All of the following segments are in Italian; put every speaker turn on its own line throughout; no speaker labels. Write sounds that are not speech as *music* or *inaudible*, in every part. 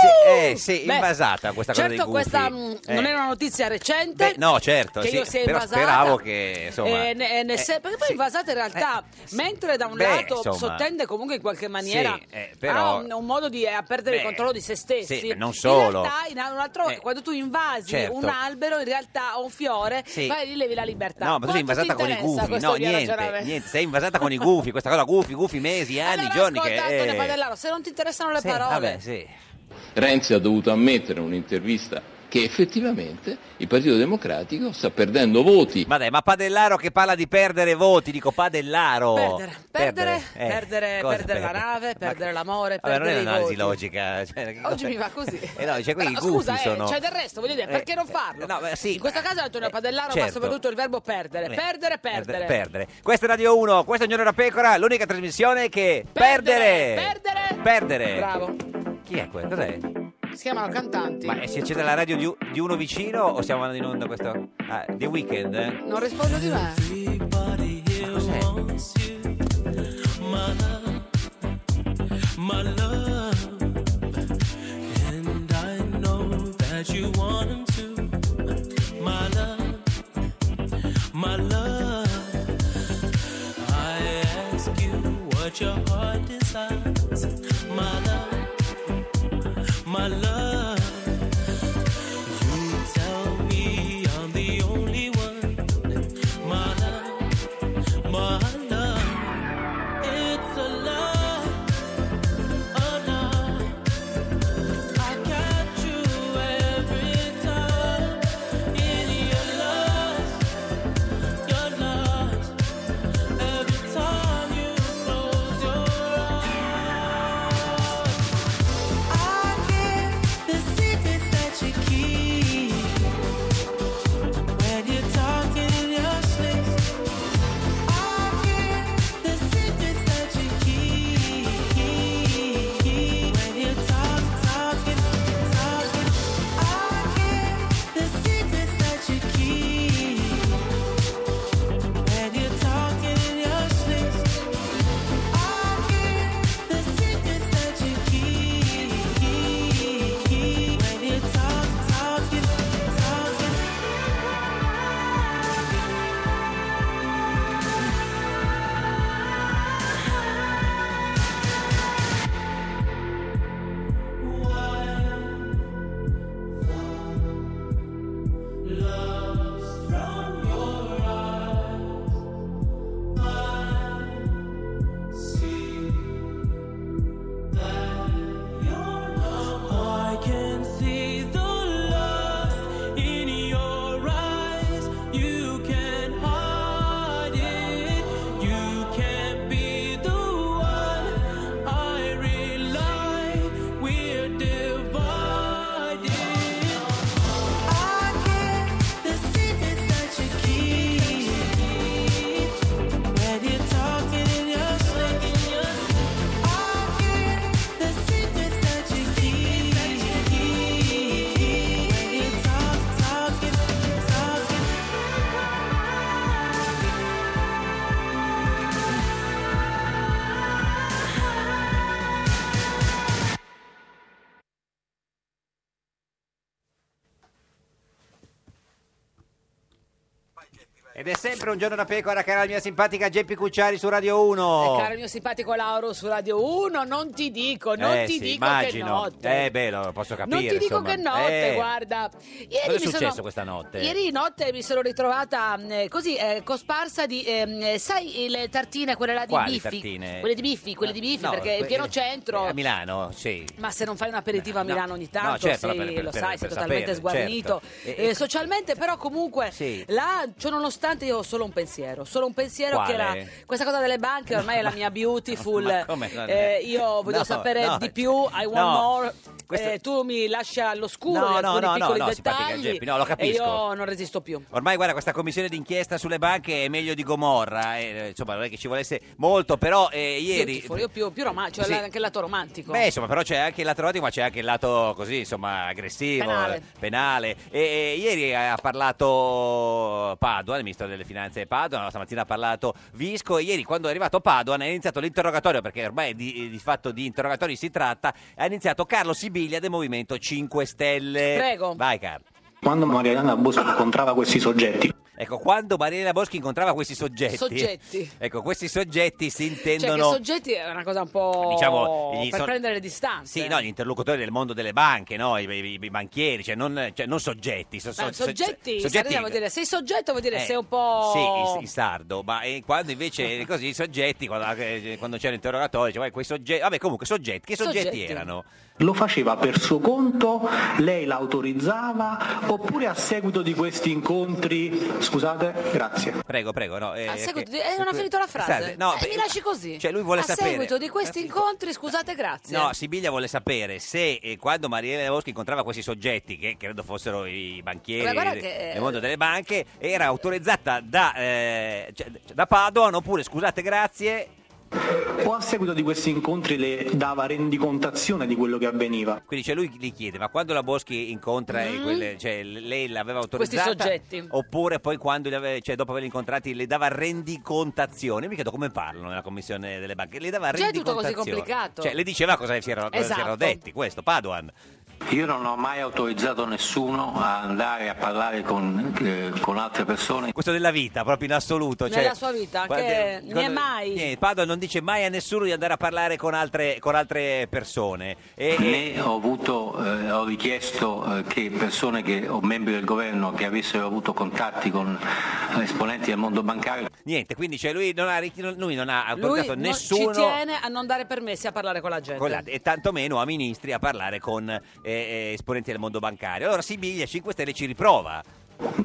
Sì, eh, sì,
Beh,
invasata questa cosa
certo
dei gufi.
questa mm,
Eh,
non è una notizia recente.
beh, no, certo,
che
sì,
io sia
però
invasata.
speravo che, insomma, Eh,
Eh, ne- eh, ne se- perché poi invasata in realtà, mentre da un
Beh,
lato
insomma.
sottende comunque in qualche maniera
Sì, eh, però-
ha un, un modo di eh, perdere il
Beh,
controllo di se stessi.
sì, ma non solo.
In realtà, in un altro-
Eh,
quando tu invasi
certo.
un albero, in realtà o un fiore,
Sì.
vai e gli levi la libertà.
No, ma tu sei invasata con i gufi, no, niente, niente, sei invasata con i gufi, questa cosa gufi, gufi, mesi, anni, giorni che
Ascolta, Antonio
eh,
Padellaro, se non ti interessano le
sì,
parole,
vabbè, sì.
Renzi ha dovuto ammettere in un'intervista che effettivamente il Partito Democratico sta perdendo voti.
Ma dai, ma Padellaro che parla di perdere voti, dico Padellaro.
perdere, perdere,
eh,
perdere,
cosa
perdere la
perdere?
nave, perdere l'amore,
Vabbè, non è
perdere i
un'analisi
voti.
logica, cioè, che
Oggi
cosa-
mi va così.
Eh no, cioè, quindi
Però
i gufi
scusa, eh,
sono-
c'è del resto, voglio dire,
Eh,
perché non farlo?
eh, no, beh, sì,
In questo
ma-
caso Antonio
eh,
Padellaro
certo.
ma soprattutto il verbo perdere.
Eh,
Perdere, perdere.
perdere. Questa è Radio 1, questo è Un Giorno da Pecora, l'unica trasmissione che... Perdere!
Perdere.
Perdere.
Bravo.
Chi è quello? Cos'è?
Si chiamano cantanti.
Ma eh, si accende la radio di, u- di uno vicino o stiamo andando in onda questo? Ah, The Weeknd? eh?
Non rispondo di me.
Ma cos'è?
my love, and I know that you want him to, my love, my love. I ask you what your heart desires, my love, my love. You tell me I'm the only one, my love, my love. It's a love. Oh no, I got you every time in your love, your love. Every time you close your eyes, I hear the secrets that you keep when you're talking in your sleep. I hear the secrets that you keep when you talk, talking, talking. I hear the secrets that you keep when you talking in your sleep. I hear the secrets that you keep when you talk, talking, talking. I can see the lust in your eyes. You can't hide it. You can't be the one I rely. We're divided. I hear the secrets that you keep when you're talking in your sleep. I hear the secrets that you keep when you talk, talking, talking.
Ed è sempre un giorno da pecora, cara la mia simpatica Geppi Cucciari su Radio 1.
Eh, caro mio simpatico Lauro su Radio 1, non ti dico, non
Eh,
ti
sì,
dico
immagino.
che notte.
Eh, beh, lo posso capire.
non ti dico
insomma.
che notte,
Eh,
guarda. Ieri
Cosa è
mi sono-
successo questa notte?
Ieri notte mi sono ritrovata mm, eh, così eh, cosparsa di, ehm, eh, sai, le tartine, quelle là di
Quali
biffi.
tartine?
Quelle di biffi, quelle di biffi,
No,
perché il
que-
pieno centro.
A Milano, sì.
Ma se non fai un aperitivo a
No,
Milano ogni tanto,
no, certo,
sì,
no, per- per-
lo
per-
sai,
per
sei totalmente
sapere,
sguarnito.
certo. E-
Eh, socialmente, però, comunque,
Sì.
là, ciò nonostante io ho solo un pensiero, solo un pensiero
Quale?
che era questa cosa delle banche ormai è la mia
*laughs*
beautiful.
ma come non
eh,
è?
io voglio
No,
sapere
no,
di più, I want
no,
more.
questo-
eh, tu mi lasci all'oscuro
No,
di
no,
alcuni
no, no,
piccoli
no, simpatica
dettagli
Geppi, no, lo
e
capisco.
io non resisto più.
Ormai guarda questa commissione d'inchiesta sulle banche è meglio di Gomorra, eh, insomma non è che ci volesse molto, però eh, ieri...
Beautiful, io più, più roma- cioè
Sì.
la- anche il lato romantico.
Beh, insomma, però c'è anche il lato erotico, ma c'è anche il lato così, insomma, aggressivo,
Penale.
eh, penale. E, e ieri ha parlato Padoan, il ministro delle finanze Padoan, stamattina ha parlato Visco e ieri quando è arrivato Padoan è iniziato l'interrogatorio, perché ormai di, di fatto di interrogatori si tratta, ha iniziato Carlo Sibiglia del Movimento 5 Stelle.
Prego.
Vai Carlo.
Quando Mariana Boschi incontrava questi soggetti,
Ecco, quando Mariela Boschi incontrava questi soggetti,
Soggetti.
ecco, questi soggetti si
Cioè, che
intendono...
soggetti è una cosa un po'
Diciamo, gli
per
so-
prendere le distanze.
Sì, no, gli interlocutori del mondo delle banche, no? I, i- i banchieri, cioè non, cioè non soggetti. so-
Beh,
so- so-
soggetti, in
soggetti-
Sardegna vuol dire "Oh". sei soggetto vuol dire
Eh,
sei un po'
Sì, in, in sardo, ma eh, quando invece così i soggetti, quando, eh, quando c'era l'interrogatorio, diceva, "Eh, quei soggetti, vabbè comunque soggetti, che soggetti,
Soggetti.
erano?
lo faceva per suo conto, lei l'autorizzava oppure a seguito di questi incontri, scusate, grazie.
Prego, prego, no. eh,
A seguito
che-
di- eh, non ha finito la frase.
Scusate, esatto. no,
Eh,
beh,
mi lasci così.
cioè, lui vuole
a
sapere-
seguito di questi incontri, scusate, grazie.
No, Sibiglia vuole sapere se eh, quando Mariela Boschi incontrava questi soggetti, che credo fossero i
Ma
banchieri
guarda
de-
che- eh,
del mondo delle banche, era autorizzata da, eh, cioè, da Padoan oppure, scusate, grazie,
O a seguito di questi incontri le dava rendicontazione di quello che avveniva.
Quindi cioè, lui gli chiede, ma quando la Boschi incontra eh, quelle- cioè, l- lei l'aveva
Mm. Questi
autorizzata?
soggetti.
Oppure poi quando li ave- cioè, dopo averli incontrati le dava rendicontazione? Mi chiedo come parlano nella commissione delle banche. Le dava
Già è tutto così
rendicontazione.
complicato.
Cioè, le diceva cosa si erano, cosa si
Esatto.
erano detti, questo, Padoan.
Io non ho mai autorizzato nessuno a andare a parlare con, eh, con altre persone.
Questo della vita, proprio in assoluto. cioè,
Nella sua vita,
guarda- eh,
che ne è
quando-
mai.
niente, Padoan non dice mai a nessuno di andare a parlare con altre, con altre persone. E, e-
Né ho, avuto, eh, ho richiesto eh, che persone che, o membri del governo che avessero avuto contatti con eh, esponenti del mondo bancario
niente, quindi cioè, lui non ha, ri- lui non ha
Lui
autorizzato
non-
nessuno...
ci tiene a non dare permessi a parlare con la gente.
Con la- e tantomeno a ministri a parlare con eh, eh, esponenti del mondo bancario. Allora Sibiglia 5 Stelle ci riprova.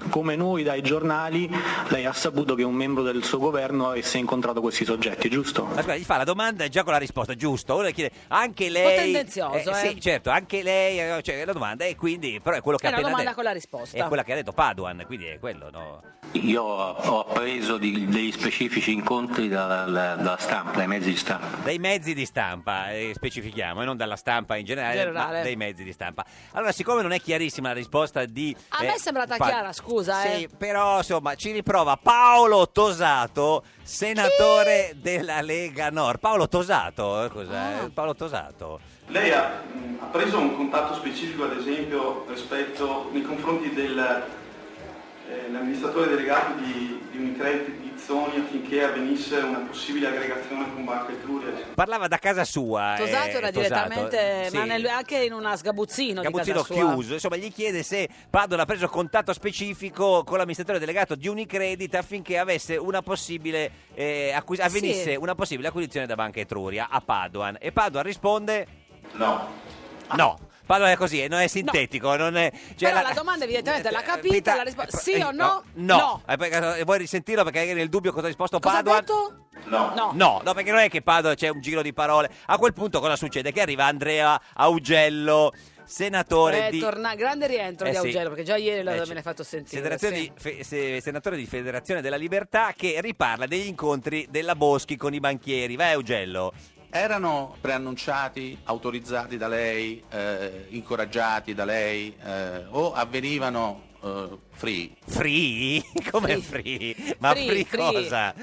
Come noi dai giornali, lei ha saputo che un membro del suo governo avesse incontrato questi soggetti, giusto?
Ma scusa, gli fa la domanda e già con la risposta, giusto? Ora chiede anche lei.
tendenzioso, eh.
Sì, certo, anche lei. eh, Cioè, la domanda è quindi. Però è quello che
è
ha
una
appena
domanda
detto.
con la risposta.
È quella che ha detto Paduan, quindi è quello, no?
Io ho appreso di- degli specifici incontri dalla, dalla- dalla stampa, dai mezzi di stampa.
Dai mezzi di stampa, eh, specifichiamo, e non dalla stampa in generale,
Generale.
ma dai mezzi di stampa. Allora, siccome non è chiarissima la risposta di. eh,
A me è sembrata
Pa-
chiara, scusa,
Sì,
eh.
però insomma ci riprova Paolo Tosato, senatore della Lega Nord. Paolo Tosato, eh, cos'è?
Ah.
Paolo Tosato.
Lei ha, mh, ha preso un contatto specifico, ad esempio, rispetto nei confronti dell'amministratore delegato di, di Unicredit Pizzoni affinché avvenisse una possibile aggregazione con Banca Etruria.
Parlava da casa sua.
Tosato
eh,
era
Tosato.
direttamente,
Sì.
ma nel- anche in una sgabuzzino. di
Capuzzino
casa sua.
chiuso, insomma gli chiede se Padola ha preso contatto specifico con l'amministratore delegato di Unicredit affinché avesse una possibile eh, acquis- avvenisse
Sì.
una possibile acquisizione da Banca Etruria a Padoan e Padoan risponde
No.
No, Padoan è così, eh, non è sintetico, non è cioè, eh,
Però la, domanda evidentemente l'ha capita, la risposta sì o no?
No, Eh, perché- eh, vuoi risentirlo perché eri nel dubbio cosa ha risposto
Cosa ha
Padoan?
detto?
No.
No.
No, no, perché non è che Padoan c'è un giro di parole. A quel punto cosa succede? Che arriva Andrea Augello, senatore
Eh,
di
torna- grande rientro
Eh,
di
sì.
Augello, perché già ieri lo-
Eh,
me
sì.
l'hai fatto sentire.
Federazione
sì.
di- fe- se- senatore di Federazione della Libertà che riparla degli incontri della Boschi con i banchieri. Vai Augello.
Erano preannunciati, autorizzati da lei, eh, incoraggiati da lei eh, o avvenivano eh, free?
Free? *laughs* Come free? Ma free, cosa?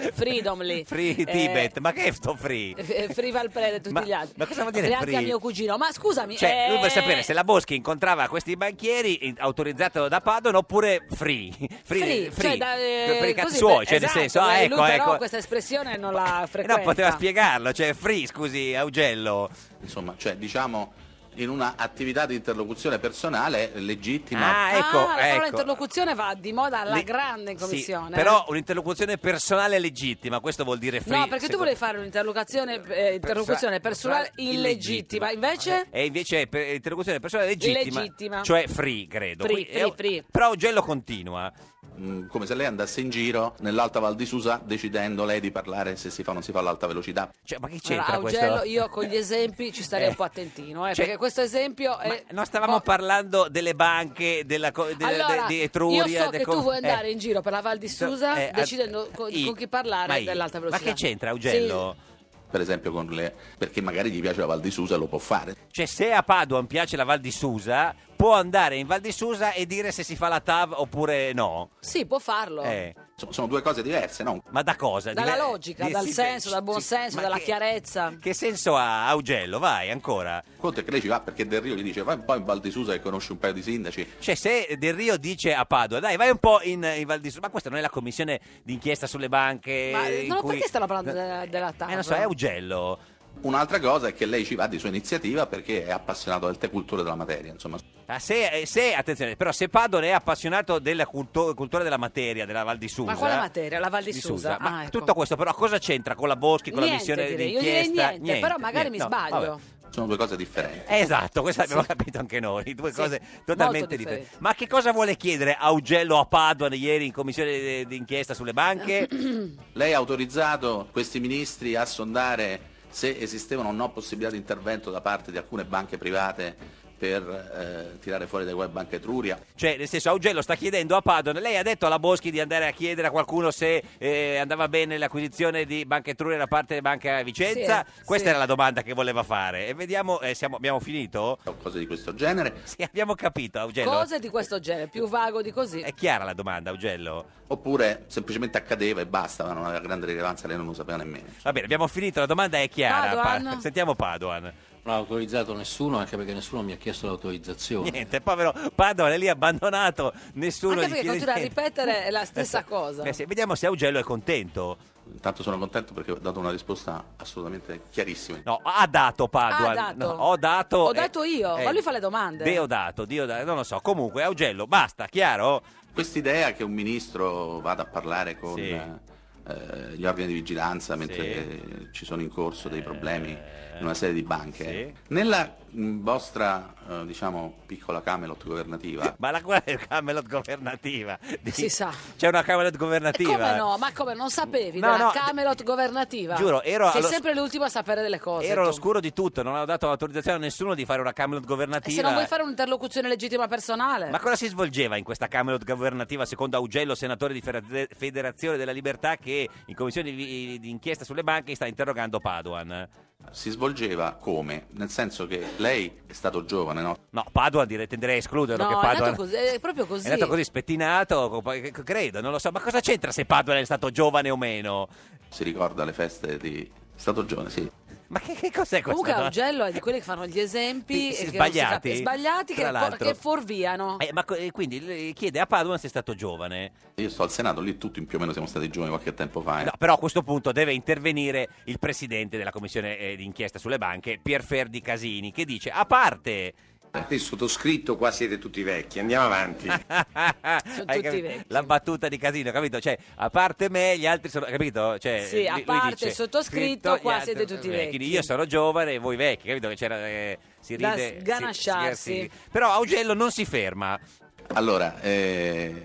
*laughs*
Freedomly.
Free
Eh,
Tibet, ma che è sto free?
eh, Free Valprede e tutti
Ma-
gli altri.
ma cosa vuol dire
E anche
free?
a mio cugino. Ma scusami,
Cioè, lui
eh,
vuole sapere se la Boschi incontrava questi banchieri in- autorizzato da Padoan oppure free. *laughs*
Free, cioè, da, eh,
per i cazzi
così,
suoi,
beh,
cioè
esatto,
nel senso, ah,
lui-
ecco,
lui però
ecco.
questa espressione non
*laughs*
la frequenta.
No, poteva spiegarlo, cioè free, scusi, Augello.
Insomma, cioè diciamo in una attività di interlocuzione personale legittima.
Ah,
ecco,
la parola interlocuzione va di moda alla
Lì-
grande in
Sì,
commissione. eh.
però un'interlocuzione personale legittima, questo vuol dire free.
No, perché tu volevi fare un'interlocuzione eh, interlocuzione personale illegittima, invece
E invece è per- interlocuzione personale legittima,
Illegittima.
cioè free, credo.
free,
Qui-
free,
eh,
free.
Però Augello continua.
Mm, come se lei andasse in giro nell'Alta Val di Susa decidendo lei di parlare se si fa o non si fa l'alta velocità.
Cioè, ma chi
Allora, Augello, io con gli esempi ci starei un po' attentino, eh,
cioè-
perché questo esempio è...
No, stavamo parlando delle banche, della, co- de-
Allora,
de- di Etruria.
io so
del
che
co-
tu vuoi
eh,
andare in giro per la Val di Susa
eh,
decidendo co-
i-
con chi parlare
ma i-
dell'alta velocità.
che c'entra, Augello?
Per esempio con le... perché magari gli piace la Val di Susa e lo può fare.
Cioè, se a Paduan piace la Val di Susa, può andare in Val di Susa e dire se si fa la TAV oppure no.
Sì, sì, può farlo.
Sono, sono due cose diverse, no?
Ma da cosa?
Certo. Dalla
Eh, Diver-
logica,
di-
dal
sì,
senso, dal buon senso, dalla chiarezza.
Che eh, senso ha Augello? Vai, ancora.
Conto è che lei ci va perché Del Rio gli dice vai un po' in Val di Susa e conosci un paio di sindaci.
Cioè, se Del Rio dice a Padua, dai, vai un po' in, in Val di Susa, ma questa non è la commissione d'inchiesta sulle banche.
Ma eh,
in
no,
cui-
perché stanno parlando della, della TAV?
Eh, non so, è Augello.
Un'altra cosa è che lei ci va di sua iniziativa perché è appassionato del tè cultura della materia, insomma.
Ah, se, eh, se- attenzione, però se Padova è appassionato della culto- cultura della materia della Val di Susa.
Ma quale materia? La Val di,
eh, di
Susa?
Ma
Ah, ecco.
tutto questo però cosa c'entra con la Boschi, con la
Niente,
missione
direi. Io
d'inchiesta?
direi niente, però magari mi sbaglio.
Sono due cose differenti.
Eh, Esatto, questo abbiamo capito anche noi, due cose totalmente
differenti.
differenti. Ma che cosa vuole chiedere Augello a Paduan ieri in commissione eh, d'inchiesta
*coughs*
sulle banche?
Lei ha autorizzato questi ministri a sondare se esistevano o no possibilità di intervento da parte di alcune banche private per eh, tirare fuori dai web Banca Etruria.
Cioè, nel senso, Augello sta chiedendo a Paduan, lei ha detto alla Boschi di andare a chiedere a qualcuno se eh, andava bene l'acquisizione di Banca Etruria da parte di Banca Vicenza?
Sì,
Questa
sì.
era la domanda che voleva fare. E vediamo, eh, siamo- abbiamo finito?
Cose di questo genere.
Sì, abbiamo capito, Augello. Eh,
Cose di questo genere, più vago di così.
È chiara la domanda, Augello.
Oppure semplicemente accadeva e basta, ma non aveva grande rilevanza, lei non lo sapeva nemmeno.
Va bene, abbiamo finito, la domanda è chiara.
Padoan.
sentiamo Padoan.
Non ha autorizzato nessuno, anche perché nessuno mi ha chiesto l'autorizzazione.
Niente, povero Padoan è lì abbandonato, nessuno
Anche
gli
perché
chiede
continua a
niente.
ripetere la stessa cosa.
Beh, Eh, sì, vediamo se Augello è contento.
Intanto sono contento perché ho dato una risposta assolutamente chiarissima.
No, ha dato Padoan.
Ha dato.
No, ho dato.
Ho
eh,
dato io,
eh,
ma lui fa le domande.
Deo dato, Dio dato, non lo so. Comunque, Augello, basta, chiaro?
Quest'idea che un ministro vada a parlare con
Sì.
eh, gli organi di vigilanza mentre eh, ci sono in corso dei problemi in una serie di banche. Nella mh, vostra, eh, diciamo, piccola Camelot governativa,
*laughs* Ma la quale è la Camelot governativa?
Si sa.
C'è una Camelot governativa?
Eh, Come no? Ma come non sapevi
No,
della
no,
Camelot governativa?
giuro, ero
Sei
allo-
sempre l'ultimo a sapere delle cose.
Ero
tu.
all'oscuro di tutto, non avevo dato autorizzazione a nessuno di fare una Camelot
E
governativa.
se non vuoi fare un'interlocuzione legittima personale?
Ma cosa si svolgeva in questa Camelot governativa secondo Augello, senatore di Fera- Federazione della Libertà, che in commissione di, di inchiesta sulle banche sta interrogando Paduan?
si svolgeva come? Nel senso che lei è stato giovane, no?
No, Paduan direi, tenderei a escluderlo
No,
che
è
Paduan...
andato così, è proprio così.
È andato così spettinato, co- poi- c- credo, non lo so. Ma cosa c'entra se Paduan è stato giovane o meno?
Si ricorda le feste di... È stato giovane, sì.
Ma che, che cos'è questa
Comunque
cosa?
Augello è di quelli che fanno gli
Sì, sì,
esempi e che non si
sbagliati.
capisce- sbagliati che,
Tra
for-
l'altro.
che forviano.
Eh, ma co- eh, quindi le- chiede a Paduan se è stato giovane.
Io sto al Senato, lì tutti più o meno siamo stati giovani qualche tempo fa. eh.
No, però a questo punto deve intervenire il presidente della commissione eh, d'inchiesta sulle banche, Pierferdi Casini, che dice, a parte...
Il sottoscritto qua siete tutti vecchi, andiamo
*laughs*
avanti.
Sono
tutti
vecchi.
La battuta di Casino, capito? Cioè, a parte me, gli altri sono, capito? Cioè,
Sì, a
lui
parte
dice,
il sottoscritto,
scritto,
qua
gli altri
siete tutti vecchi.
Quindi io sono giovane e voi vecchi, capito? Che c'era, eh, si
Da
ride... si-
sganasciarsi.
si- si- Però Augello non si ferma.
Allora, eh,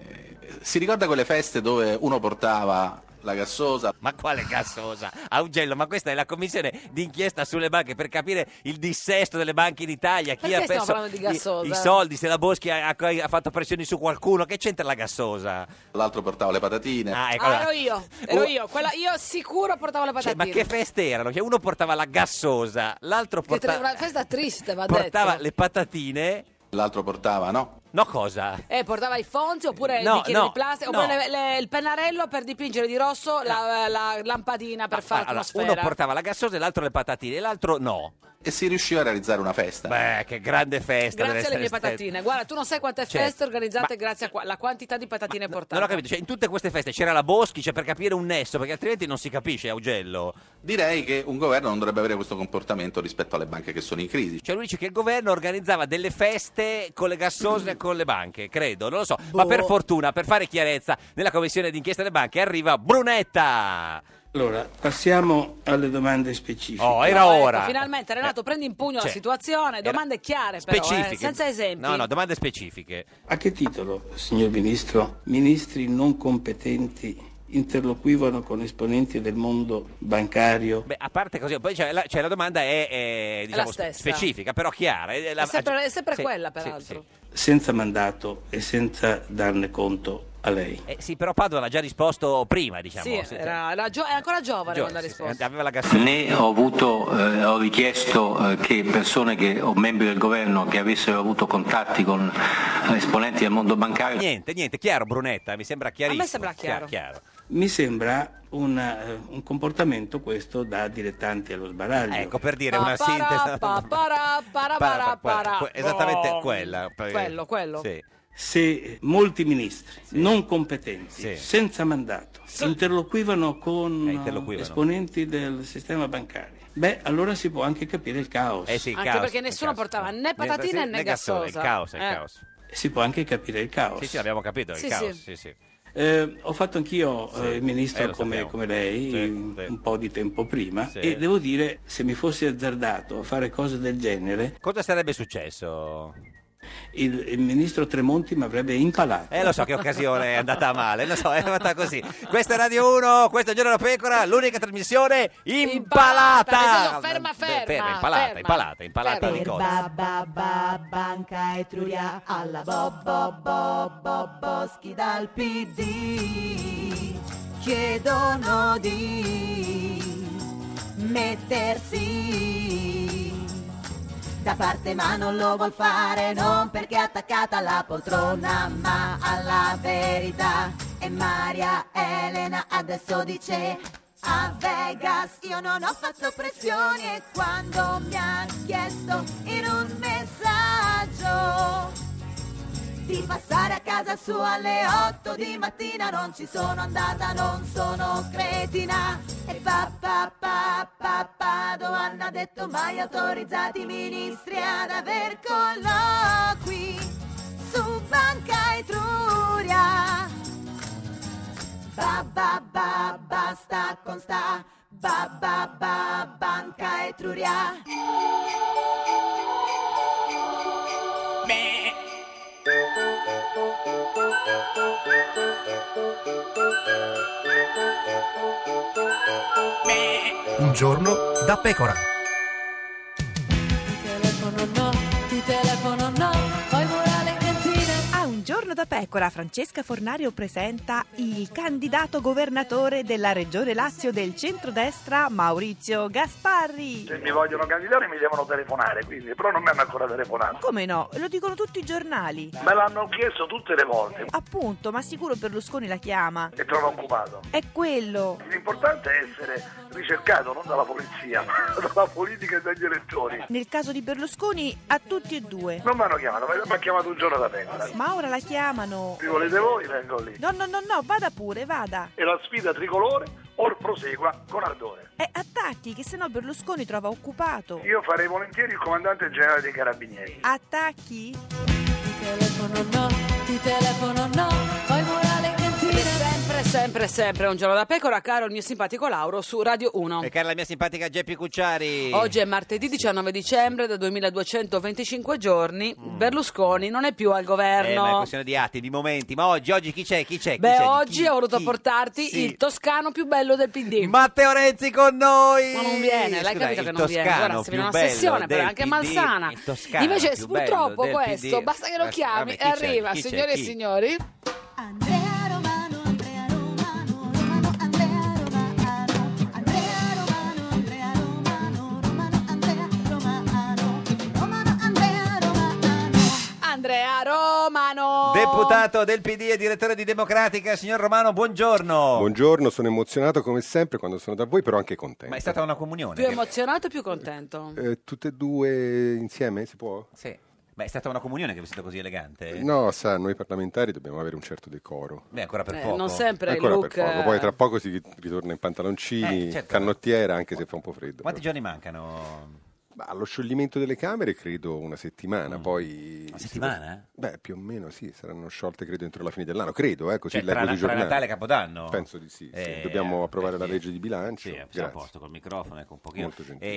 si ricorda quelle feste dove uno portava la gassosa?
Ma quale gassosa? Augello, ma questa è la commissione d'inchiesta sulle banche per capire il dissesto delle banche in Italia. Chi
Perché
ha
stiamo
perso
parlando di gassosa?
i, i soldi, se la Boschi ha, ha- ha fatto pressioni su qualcuno, che c'entra la gassosa?
L'altro portava le patatine.
Ah, ecco,
Ah,
allora-
ero io, ero
Oh.
io. Quella, io sicuro portavo le
Cioè,
patatine.
ma che feste erano? Cioè, uno portava la gassosa, l'altro
Che tra-
porta-
una festa triste, va
portava
detto.
le patatine.
L'altro portava, no?
No, cosa? Ah,
Eh, portava i fonzi oppure
No,
il bicchiere
no,
di plastica, oppure
no.
le- le- il pennarello per dipingere di rosso la, la lampadina per fare
Ah, allora,
l'atmosfera.
uno portava la gassosa e l'altro le patatine e l'altro no.
E si riusciva a realizzare una festa.
Beh, che grande festa. deve
Grazie alle
essere
mie
stata.
patatine. Guarda, tu non sai quante
Certo.
feste organizzate grazie alla quantità di patatine portate.
Non ho capito, cioè in tutte queste feste c'era la Boschi, cioè per capire un nesso, perché altrimenti non si capisce, Augello.
Direi che un governo non dovrebbe avere questo comportamento rispetto alle banche che sono in crisi.
Cioè lui dice che il governo organizzava delle feste con le gassose e con le banche, credo, non lo so. Ma per fortuna, per fare chiarezza, nella commissione d'inchiesta delle banche arriva Brunetta.
Allora, passiamo alle domande specifiche.
Oh, era
No, ecco,
ora. Eh,
finalmente, Renato, prendi in pugno la
Cioè,
situazione. Domande chiare, però, eh,
specifiche.
senza esempi.
No, no, domande specifiche.
A che titolo, signor Ministro, ministri non competenti interloquivano con esponenti del mondo bancario?
Beh, a parte così, poi c'è la, cioè, la domanda è, è, diciamo,
stessa.
specifica, però chiara. È, la- Ah,
È sempre, è sempre
cioè, Sì,
quella,
sì,
peraltro.
senza mandato e senza darne conto a lei.
Eh, sì, però Padova l'ha già risposto prima, diciamo.
Sì,
Sì,
era- era gio- è ancora giovane
Giovane,
quando ha
sì, eh. sì,
risposto.
aveva la gassosa.
Né ho, avuto, eh, ho richiesto eh, che persone che, o membri del governo che avessero avuto contatti con eh, esponenti del mondo bancario
Niente, niente, chiaro Brunetta, mi sembra chiarissimo.
sembra chiaro.
chiaro.
Mi sembra una, eh, un comportamento questo da dilettanti allo sbaraglio.
Ecco, per dire
Pa, para, pa, para, para, para, para. Oh. Quello, quello.
Se molti ministri non competenti, senza mandato, interloquivano con
Eh, interloquivano.
esponenti del sistema bancario, beh, allora si può anche capire il caos.
Eh
Anche perché nessuno portava né patatine né, gassosa. Eh.
Si può anche capire il caos.
Sì, sì, l'abbiamo capito, il
Sì,
caos,
sì.
sì, sì.
Eh, ho fatto anch'io eh, il
eh,
ministro
lo
come,
sappiamo.
come lei un- un po' di tempo prima
Sì.
e devo dire se mi fossi azzardato a fare cose del genere
Cosa sarebbe successo?
il, il ministro Tremonti mi avrebbe impalato.
Eh, lo so che occasione è andata male, lo so, è andata così. Questa è Radio 1, questo è Giorno della Pecora, l'unica trasmissione impalata.
Nel senso, ferma, ferma,
ferma, impalata,
ferma.
impalata, impalata di
Per
cose.
ba, ba, ba, banca Etruria alla bo, bo, bo, bo, boschi dal PD chiedono di mettersi da parte ma non lo vuol fare non perché è attaccata alla poltrona ma alla verità e Maria Elena adesso dice a Vegas io non ho fatto pressioni e quando mi ha chiesto in un messaggio di passare a casa sua alle 8 di mattina non ci sono andata, non sono cretina e papà papà Padoan ha detto mai autorizzati i ministri ad aver colloqui su Banca Etruria ba ba ba basta con sta ba ba ba Banca Etruria
Un giorno da pecora.
telefono no, ti telefono no, poi morale in cantina.
A un giorno da pecora, Francesca Fornario presenta il candidato governatore della regione Lazio del centrodestra, Maurizio Gasparri.
Se mi vogliono candidare mi devono telefonare, quindi, però non mi hanno ancora telefonato.
Come no? Lo dicono tutti i giornali.
Me l'hanno chiesto tutte le volte
Appunto, ma sicuro Berlusconi la chiama.
e trovo occupato.
È quello.
L'importante è essere ricercato non dalla polizia, *laughs* ma dalla politica e dagli elettori.
Nel caso di Berlusconi, a tutti e due.
Non mi hanno chiamato, mi ha chiamato un giorno da pecora.
Ma ora la chiamano.
Se volete voi vengo lì.
No, no, no, no, vada pure, vada.
E la sfida tricolore or prosegua con ardore.
E attacchi, che sennò Berlusconi trova occupato.
Io farei volentieri il comandante generale dei carabinieri.
Attacchi?
Telefono no, ti telefono no, poi morale in
Ed è
cantina.
sempre, sempre, sempre un giorno da pecora, caro il mio simpatico Lauro su Radio 1.
E cara la mia simpatica Geppi Cucciari.
Oggi è martedì 19 dicembre, da 2225 giorni Berlusconi non è più al
Mm. Eh, ma è
governo.
questione di atti, di momenti. Ma oggi, oggi chi c'è? Chi c'è? Chi
Beh,
c'è? Di
oggi
chi?
ho voluto
Chi?
portarti
Sì.
il toscano più bello del PD.
Matteo Renzi con noi!
Ma non viene, l'hai
Scusa,
capito che
il
non viene.
toscano
Guarda, si vede
più
una
bello
sessione, però
del
anche
PD,
malsana.
il toscano
Invece,
più bello
purtroppo,
del
questo,
PD.
basta che lo
Vabbè,
chiami
chi
e
c'è?
arriva,
Chi c'è?
signore e
Chi?
signori. Andrea Romano,
deputato del PD e direttore di Democratica, signor Romano, buongiorno.
Buongiorno, sono emozionato come sempre quando sono da voi, però anche contento.
Ma è stata una comunione?
Più emozionato, più contento.
Eh, tutte e due insieme si può?
Sì. Ma è stata una comunione che vi siete così elegante?
No, sa, noi parlamentari dobbiamo avere un certo decoro.
Beh, ancora per
Eh,
poco.
non sempre
Ancora
il look.
per poco, poi tra
eh,
poco si ritorna in pantaloncini,
Eh, certo.
canottiera, anche se fa un po' freddo.
Quanti giorni mancano?
Ma allo scioglimento delle Camere credo una settimana, poi... Una
Mm. settimana? eh?
Beh, più o meno sì, saranno sciolte credo entro la fine dell'anno, credo, eh, così
Cioè,
leggo
tra,
sui
tra
giornali.
Natale e Capodanno?
Penso di sì, sì.
Eh,
dobbiamo approvare la
perché-
legge di bilancio.
Sì, siamo
Certo, Grazie.
a posto col microfono, ecco un pochino.
Molto gentile.
E-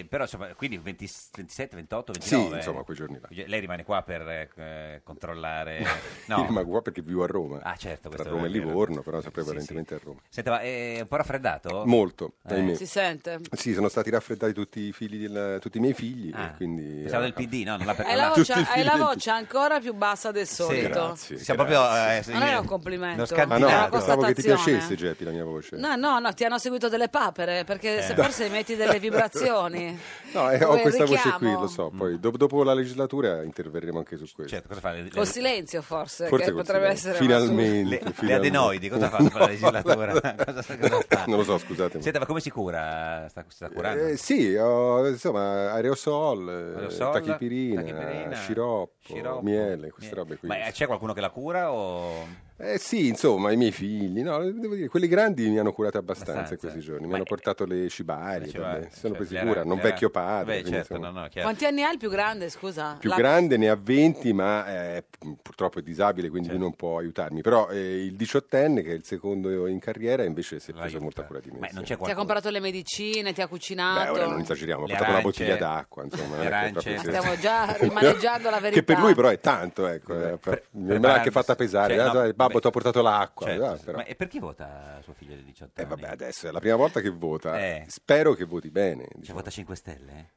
e- però insomma, quindi 20 27, 28,
Sì,
29.
insomma, quei giorni là.
Lei rimane qua per eh,
*laughs*
controllare...
Io
*laughs* no.
rimango qua perché vivo a Roma.
Ah, certo,
Tra
questo è
Roma e
vero.
Livorno, però
Sì,
sempre
sì.
prevalentemente a Roma.
Senta, ma è un po' raffreddato?
Molto,
Eh.
ahimè.
Si sente.
Sì, sono stati raffreddati tutti i figli del- tutti i miei figli.
Ah,
e quindi, ah,
Pensavo del PD, no? Non l'ha per-
Hai la,
Eh, Tutti
voce,
i
hai
figli
la
del-
voce ancora più bassa del solito.
Grazie,
Siamo
grazie.
proprio, eh, sì,
Non era un complimento.
Lo
era
scantinato.
una
Ah, no, pensavo che ti
constatazione.
piacesse, Geppi, la mia voce.
No, no, no, ti hanno seguito delle papere perché se
Eh.
forse metti delle vibrazioni.
*laughs* No, eh, ho
Come
questa voce
richiamo.
qui, lo so. Poi do- dopo la legislatura interverremo anche su questo.
Mm. Certo, cosa fa? Le,
Col silenzio forse,
Forse
che
col
potrebbe
silenzio.
essere
Finalmente,
Le, le
finalmente.
adenoidi, cosa fa per la
No, *laughs*
legislatura?
vabbè.
Cosa- cosa fa?
Non lo so, scusatemi.
Senta, ma come si cura? Sta, sta curando?
Eh, sì, ho, insomma, aerosol, eh,
Aerosol,
tachipirina,
tachipirina,
sciroppo,
sciroppo,
miele, queste robe qui.
Ma eh, c'è qualcuno che la cura o...
Eh sì, insomma, i miei figli, no, devo dire, quelli grandi mi hanno curato abbastanza,
Abbastanza.
questi giorni, mi hanno portato le cibarie,
Le cibarie,
vabbè, si sono
cioè,
presi
gli
cura,
ara-
hanno un
gli ara-
vecchio padre,
Beh,
quindi,
certo,
insomma,
no, no, chiaro.
Quanti anni ha il più grande, scusa?
più
La-
grande ne ha 20, ma eh, p- purtroppo è disabile, quindi
Certo.
lui non può aiutarmi, però eh, il diciottenne, che è il secondo in carriera, invece si è preso molta cura di me. sì.
Ti ha comprato le medicine, ti ha
Beh,
cucinato.
ora non esageriamo, ho
Le
portato una
arance,
bottiglia d'acqua, insomma. non
le
è che
arance.
proprio sia-
Stiamo *laughs*
*laughs*
già rimaneggiando la verità.
Che per lui però è tanto, ecco, eh, per- me l'ha anche fatta pesare.
Cioè, no,
eh, Babbo
beh,
ti ho portato l'acqua.
certo,
eh, però. Eh,
Ma e per chi vota suo figlio di 18 anni?
Vabbè, adesso è la prima volta che vota.
Eh.
Spero che voti bene. diciamo.
Cioè, vota 5 Stelle? eh?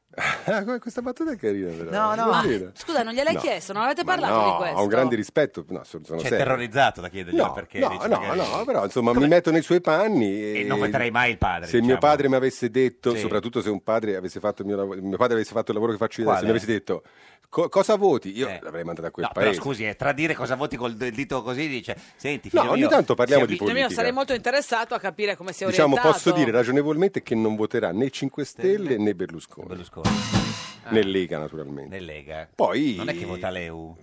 *laughs* Ah, que- questa battuta è carina, però.
No, no,
Devo
ma-
dire.
Scusa, non gliel'hai
No.
chiesto, non avete
Ma
parlato
no,
di questo.
ho un grande rispetto. No, sono, sono
Cioè,
serio.
terrorizzato da chiederglielo
No,
perché
No,
dice
no,
magari-
no, però insomma mi metto nei suoi panni. E,
non voterei mai il padre,
Se
diciamo.
mio padre mi avesse detto,
Sì.
soprattutto se un padre avesse fatto il mio, lavoro- mio padre avesse fatto il lavoro che faccio io adesso,
Quale? Eh.
mi avesse detto "Co- cosa voti, io l'avrei mandato a quel
No, però
paese.
scusi, eh, tradire cosa voti col d- dito così dice, senti,
No,
figlio
ogni
mio,
tanto parliamo
si
di
avvi-
politica.
Io sarei molto interessato a capire come si è
Diciamo,
orientato.
posso dire ragionevolmente che non voterà né 5 Stelle né Berlusconi. Né Lega, naturalmente.
Ah. Né Lega.
Poi... *laughs*
Non è che vota Leu.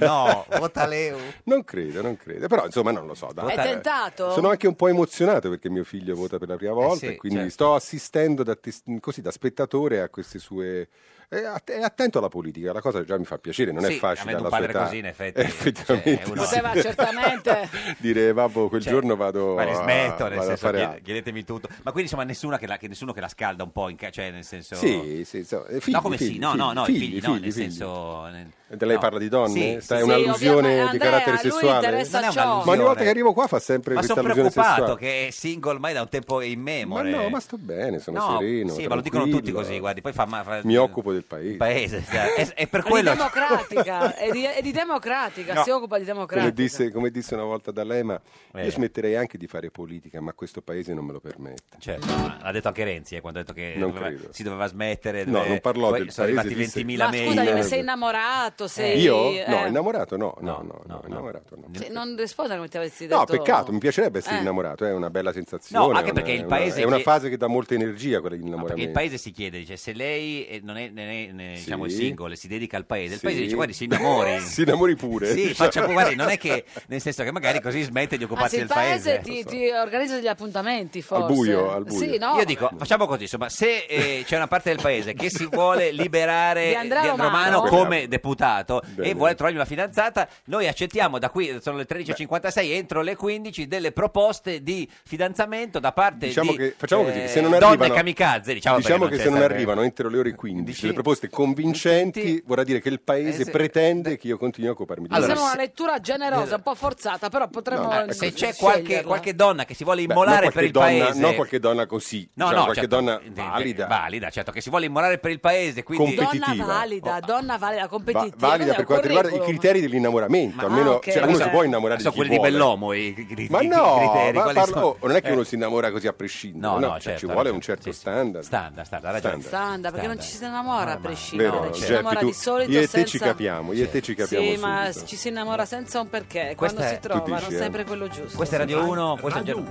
No, vota Leu.
Non credo, non credo. Però, insomma, non lo so. dai.
Hai tentato?
Sono anche un po' emozionato perché mio figlio vota per la prima volta.
Certo. sì,
e quindi
certo.
sto assistendo da, tes- così, da spettatore a queste sue... È att- è attento alla politica, la cosa già mi fa piacere, non
Sì,
è facile
avendo
alla
un padre
sua età.
così, in effetti,
*laughs* Effettivamente
cioè, uno-
sì.
Poteva certamente...
*laughs* dire, babbo, quel
Cioè,
giorno vado,
Ma ne
a-
smetto, nel
vado a
senso,
fare...
chied- chiedetemi tutto. Ma quindi insomma nessuno che la, che nessuno che la scalda un po', in ca- cioè nel senso...
Sì, sì, insomma, eh, figli,
no, come
figli,
sì, no,
figli,
no, no, i
figli,
figli, no,
figli,
nel
figli.
senso... nel-
Ed Lei
no.
parla di donne?
Sì,
Sta-
sì,
è
sì,
un'allusione
ovviamente,
di
Andrea,
carattere
a lui
sessuale?
interessa Non è ciò.
Ma ogni volta che arrivo qua fa sempre
Ma
questa
sono
allusione
preoccupato
sessuale.
che è single ormai da un tempo in
Ma
memoria.
no, ma sto bene, sono
No,
sereno.
sì, ma lo dicono
tranquillo.
tutti così, guardi, poi fa... ma- fa-
Mi occupo del paese.
paese, sì, è- è per
È di
quello-
*laughs*
democratica, è di, è di democratica,
No.
si occupa di
Come
democratica.
disse, come disse una volta D'Alema,
Eh.
io smetterei anche di fare politica, ma questo paese non me lo permette.
Certo, ma l'ha detto anche Renzi, eh, quando ha detto che
Non
doveva-
credo.
si doveva smettere.
No,
dove-
non parlò
poi
del
sono
paese,
arrivati
disse-
20.000
Ma
mail.
scusami,
Eh.
sei innamorato, sei...
Io?
eh,
No, innamorato no, no, no, no, innamorato no.
sì, non risponde come ti avessi detto...
No, peccato, mi piacerebbe essere
Eh.
innamorato, è una bella sensazione.
No, anche
è una-
perché il
è
paese
Una, è
che- Ah,
una fase che dà molta energia quella
Perché
di
il
innamoramento.
paese si chiede, dice, se lei eh, non è, non è- ne- diciamo, single, si dedica al paese, il
Sì.
paese dice, guardi, si innamori.
*laughs* si innamori pure.
Sì, faccia pure, guardi, non è che, nel senso che magari così smette di occuparsi
Anzi, Ah, il
del
paese
paese.
ti, ti organizza degli appuntamenti, forse. Sì, no?
Io dico, facciamo così, insomma, se eh, c'è una parte del paese che si vuole liberare
Di
di
Andrea
Andrea
Romano.
Romano come deputato
Bene.
e vuole trovargli una fidanzata, noi accettiamo da qui, sono le 13.56, entro le 15, delle proposte di fidanzamento da parte
Diciamo
di
che facciamo
eh,
così, se non
donne
arrivano,
kamikaze, diciamo,
diciamo
perché
che
c'è
se non
sempre-
arrivano entro le ore 15 le proposte convincenti, vorrà dire che il paese
Eh, sì.
pretende che io continui a occuparmi di
Mi
questo.
sembra una lettura generosa, un po' forzata, però potremmo...
ecco,
Eh, se c'è qualche, qualche donna che si vuole
Beh,
immolare
non
per il
qualche donna-
paese
Non qualche donna così,
No,
cioè
no,
qualche
certo,
donna
intende-
valida.
valida, certo, che si vuole immolare per il paese, quindi
Donna valida, donna valida,
va-
competitiva.
valida
Cos'è,
per
un
quanto riguarda i
curriculum?
criteri dell'innamoramento, almeno
Ah, ok,
cioè, uno
cioè-
si può innamorare
sono
di chi
quelli di
vuole.
Bellomo i, i- i-
Ma
i
no,
criteri,
ma
quali
parlo-
sono?
oh, non è che
Eh.
uno si innamora così a prescindere,
No,
no,
no,
cioè,
certo,
ci vuole
ha
un certo standard.
Standard, standard, ha ragione.
Standa, perché non ci si innamora innamora a prescindere,
Vero,
ci si
Geppi,
innamora
tu-
di solito
io e te
senza...
ci capiamo, io e te ci capiamo
Sì, ma
subito.
ci si innamora senza un perché,
Questa
quando
è-
si trova
Tu dici,
non
eh?
sempre quello giusto.
Questa è Radio 1, questa è Radio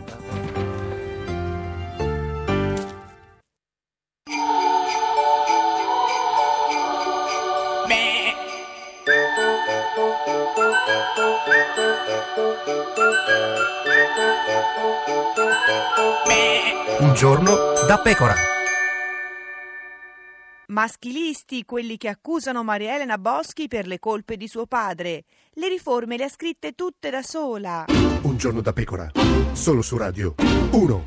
Un giorno da pecora.
Maschilisti, quelli che accusano Maria Elena Boschi per le colpe di suo padre. Le riforme le ha scritte tutte da sola.
Un giorno da pecora. Solo su Radio 1.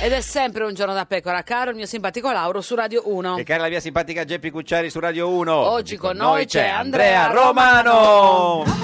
Ed è sempre un giorno da pecora, caro il mio simpatico Lauro su Radio 1.
E cara la mia simpatica Geppi Cucciari su Radio 1.
Oggi con noi c'è Andrea
Romano.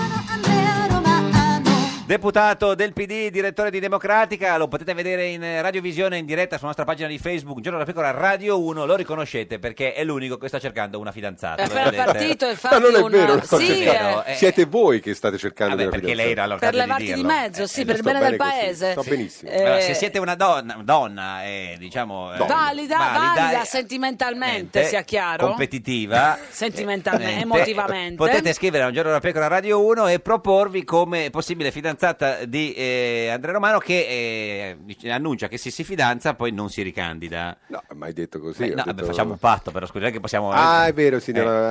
Deputato del PD, direttore di Democratica, lo potete vedere in eh, radiovisione in diretta sulla nostra pagina di Facebook, Giorno della Pecora Radio 1, lo riconoscete perché è l'unico che sta cercando una fidanzata.
È
lo
appena
vedete.
partito,
Ma
infatti,
non è
un-
vero, sto
Sì,
cercando.
eh.
siete voi che state cercando
Vabbè,
della
perché
fidanzata.
lei era allora
Per levarti di mezzo, sì, per il
Eh, sto
bene del
bene così,
paese.
sto benissimo.
Eh,
Allora, se siete una donna, donna eh, diciamo... eh,
valida, valida,
valida,
sentimentalmente, sia chiaro.
competitiva,
Sentimentalmente,
Niente.
emotivamente.
Potete scrivere a un giorno della pecora Radio 1 e proporvi come possibile fidanzata di eh, Andrea Romano che eh, dice- annuncia che se si fidanza poi non si ricandida.
No, mai detto così.
Beh,
ho
no,
detto-
beh, facciamo un patto però scusa, non è che possiamo...
Ah, è vero, signora,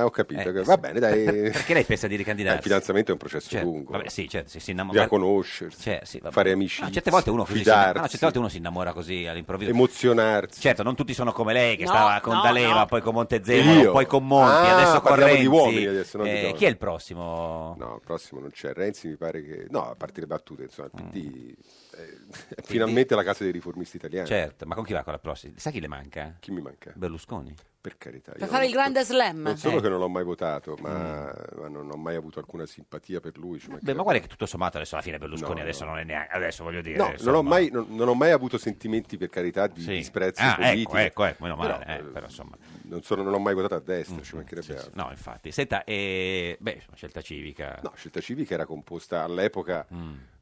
Eh,
ho capito.
eh,
Va
*laughs*
bene, dai.
perché lei pensa di ricandidarsi?
Eh, il fidanzamento è un processo lungo.
Vabbè, sì, certo, se si innamora... Cioè,
Bisogna conoscersi, fare amici.
No, Ah, certe volte uno così si-
fidarsi,
no, certe volte uno si innamora così all'improvviso.
emozionarsi.
Certo, non tutti sono come lei che
No,
stava con
no,
D'Alema,
no.
poi con Montezemolo,
Io?
poi con Monti,
Ah,
adesso con
parliamo
Renzi.
di uomini adesso, non di
Eh,
donne.
chi è il prossimo?
No, il prossimo non c'è. Renzi mi pare che... No, a parte le battute, insomma, il PD... eh, è finalmente la casa dei riformisti italiani.
Mm. Certo, ma con chi va con la prossima? Sai chi le manca?
Chi mi manca?
Berlusconi.
Per carità. io
Per fare il grande slam.
Non solo
Eh.
che non l'ho mai votato, ma,
Mm.
ma non ho mai avuto alcuna simpatia per lui. cioè, ci
Beh,
mancherebbe.
ma guarda che tutto sommato adesso alla fine Berlusconi
No,
adesso non è neanche adesso voglio dire.
No, non
insomma.
ho, mai, non- non ho mai avuto sentimenti per carità di disprezzo
Ah,
politico.
ecco, ecco, ecco, meno male,
Però,
eh, però, insomma. Mm,
Non, sono- non ho mai votato a destra, ci mancherebbe altro.
No, infatti. Senta, eh, beh, insomma, scelta civica.
No, Scelta Civica era composta all'epoca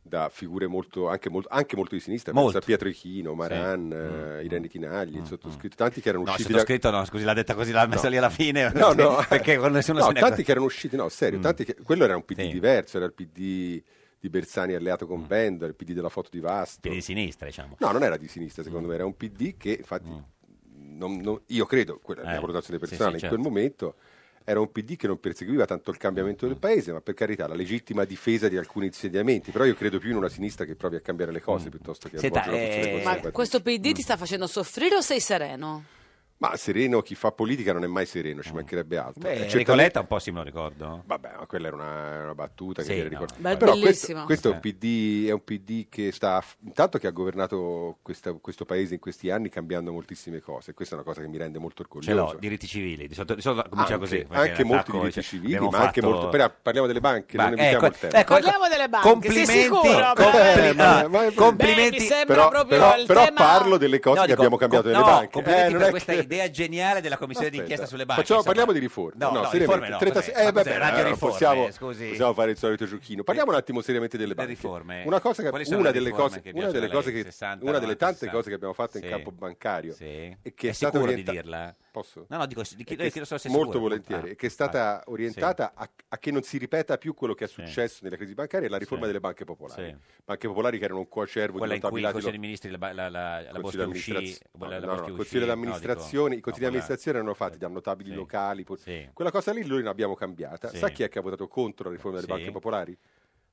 da figure molto, anche, molto, anche molto di sinistra,
Mm. Molto. Mm,
pensa a Pietro Ichino, Maran, eh, Irene Tinagli, il sottoscritto, tanti che erano
No, il
usciti da-
sottoscritto no, scusi, l'ha detta così, l'ha messa
No.
lì alla fine.
No, no.
*laughs* perché con nessuno
No,
se ne
tanti che erano usciti, no, serio,
Mm.
tanti che- quello era un PD diverso, era il PD di Bersani alleato
Mm.
con Bender, il PD della foto di Vasto.
PD di sinistra, diciamo. Mm.
No, non era di sinistra, secondo me, era un PD che infatti non- non- io credo, quella è la
Eh,
mia valutazione
sì, sì,
personale,
certo.
in quel momento era un PD che non perseguiva tanto il
Mm,
cambiamento del paese, ma per carità la legittima difesa di alcuni insediamenti, però io credo più in una sinistra che provi a cambiare le cose piuttosto che a
Mm. Senta,
svolgere una funzione
eh,
conservativa.
Ma questo PD ti sta facendo soffrire o sei sereno?
Ma sereno chi fa politica non è mai sereno, ci mancherebbe altro.
Mm. Beh,
Eh, certamente-
Nicoletta un po' sì me lo ricordo.
Vabbè, ma quella era una, una battuta che
Sì, no.
viene ricordata.
Beh, è
Però
bellissima.
questo, questo è, un
Eh.
PD, è un PD che sta intanto che ha governato questa- questo paese in questi anni cambiando moltissime cose. Questa è una cosa che mi rende molto orgoglioso.
Ce l'ho, diritti civili, di solito, di solito comincia
Anche-
così. perché
anche molti
l'attacco,
diritti
cioè,
civili,
abbiamo
ma anche
fatto-
molto- però parliamo delle banche, non
Ba- ecco,
evitiamo il tema.
ecco, ecco.
Parliamo delle banche,
complimenti,
sei sicuro?
compli-
Eh, ma-
no,
ma- ma-
Ah, complimenti.
Beh, mi sembra Però- proprio però- il però tema-
parlo delle cose che abbiamo cambiato nelle
no,
banche.
complimenti
Eh, non
per
è
questa
che-
idea geniale della commissione
Aspetta,
d'inchiesta sulle banche.
facciamo-
insomma.
parliamo di riforme.
No, no, riforme
seriamente,
no.
36
vabbè,
eh, vabbè,
cos'è, radio
eh,
riforme,
possiamo,
scusi.
possiamo fare il solito giochino. Parliamo un attimo seriamente delle banche.
riforme. eh.
Una, cosa che-
Quali sono
una
le
delle
riforme
cose,
che
una delle,
piacciono a
cose
lei?
che,
60,
una delle
90,
tante cose che abbiamo fatto
Sì.
in campo bancario
Sì.
e che
È
è stata
sicuro di
orientata-
dirla?
Posso?
No, no, dico, di-
E
chiedo-
che-
chiedo solo se è
molto
sicura.
volentieri,
Ah,
e che è stata
vai.
orientata a, a che non si ripeta più quello che è successo nella crisi bancaria, la riforma
Sì.
delle banche popolari.
Sì.
Banche popolari che erano un coacervo
Quella
di
in cui il
notabilati
Consiglio dei Ministri, la, la, la, la Boschi
Consiglio
uscì,
d'amministrazio-
la- la Boschi
no, no, no,
uscì,
Consiglio
no,
d'amministrazione,
dico- no,
i consigli di
quella-
amministrazione erano fatti da notabili locali. po- Quella cosa lì noi l'abbiamo cambiata.
Sì.
Sa chi è che ha votato contro la riforma delle
Sì.
banche popolari?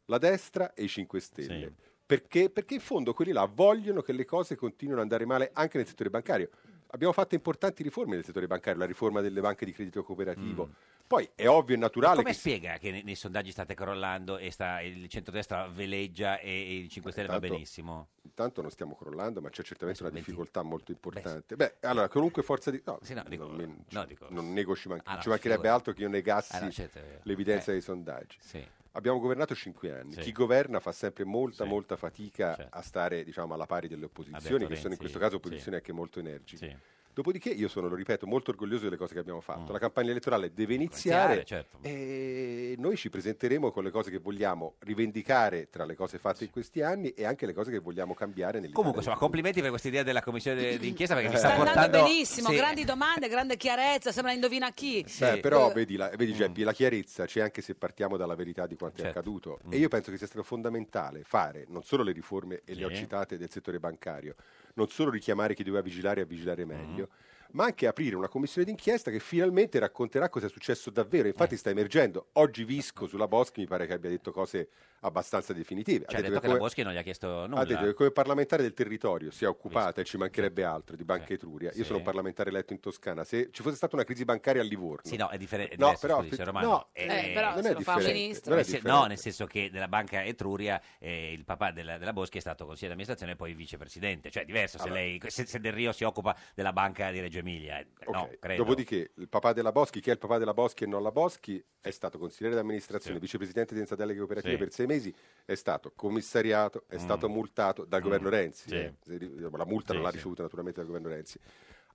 La destra e i 5 Stelle. Perché? Perché in fondo quelli là vogliono che le cose continuino ad andare male anche nel settore bancario. Abbiamo fatto importanti riforme nel settore bancario, la riforma delle banche di credito cooperativo. Poi è ovvio e naturale
Mm. Come
che
spiega che nei, nei sondaggi state crollando e sta, il centrodestra veleggia e, e il 5 Stelle va
intanto-
benissimo?
Intanto non stiamo crollando, ma c'è certamente una difficoltà molto importante. Beh, allora, comunque forza di... No, non, ne- ci- non nego, ci, manca-
Ah, no,
ci mancherebbe
figurati.
altro che io negassi
Ah, no, certo, è vero.
l'evidenza
Eh.
dei sondaggi.
Sì.
Abbiamo governato cinque anni.
Sì.
Chi governa fa sempre molta, molta fatica a stare diciamo, alla pari delle
Ha detto
opposizioni, che sono
Renzi,
in questo caso
sì.
opposizioni anche molto energiche. Dopodiché io sono, lo ripeto, molto orgoglioso delle cose che abbiamo fatto. La campagna elettorale deve iniziare
Mm. Iniziare, certo.
e noi ci presenteremo con le cose che vogliamo rivendicare tra le cose fatte in questi anni e anche le cose che vogliamo cambiare nell'Italia.
Comunque, insomma, complimenti per questa idea della commissione
*clears throat*
de- d'inchiesta perché mi sta,
Sta
Sta
portando
andando benissimo,
Sì.
grandi domande, grande chiarezza, sembra indovina chi.
Beh, però
Eh,
vedi, la,
Mm.
vedi, Geppi, la chiarezza c'è anche se partiamo dalla verità di quanto
Certo.
è accaduto.
Mm.
E io penso che sia stato fondamentale fare non solo le riforme, e le ho
Sì.
citate, del settore bancario, non solo richiamare chi doveva vigilare a vigilare meglio,
Mm-hmm.
ma anche aprire una commissione d'inchiesta che finalmente racconterà cosa è successo davvero.
Eh.
Infatti sta emergendo. Oggi Visco sulla Boschi mi pare che abbia detto cose abbastanza definitive.
Ci Cioè, ha detto
che
che la
come-
Boschi non gli ha chiesto
ha detto che
nulla.
come parlamentare del territorio si è occupata e ci mancherebbe altro di Banca Etruria. Io
Sì.
sono un parlamentare eletto in Toscana. Se ci fosse stata una crisi bancaria a Livorno,
Sì, no, è, differ- è
No,
diverso,
però,
scusi,
pe-
signor Romano.
no,
Eh,
eh, però non se è lo fa un differente, ministro. non è
Nel se-
differente.
no, nel senso che della banca Etruria eh, il papà della, della Boschi è stato consigliere di amministrazione e poi vicepresidente. Cioè, è diverso se,
Vabbè.
lei, se, se Del Rio si occupa della banca di Reggio Emilia. eh, No, credo.
Dopodiché, il papà della Boschi, che è il papà della Boschi e non la Boschi, è stato consigliere d'amministrazione, vicepresidente di senza deleghe operative
Sì.
per sei mesi, è stato commissariato, è
Mm.
stato multato dal
Mm.
governo Renzi.
Sì.
eh. Se ri- La multa
Sì,
non l'ha
sì.
ricevuta naturalmente dal governo Renzi.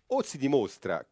O si dimostra,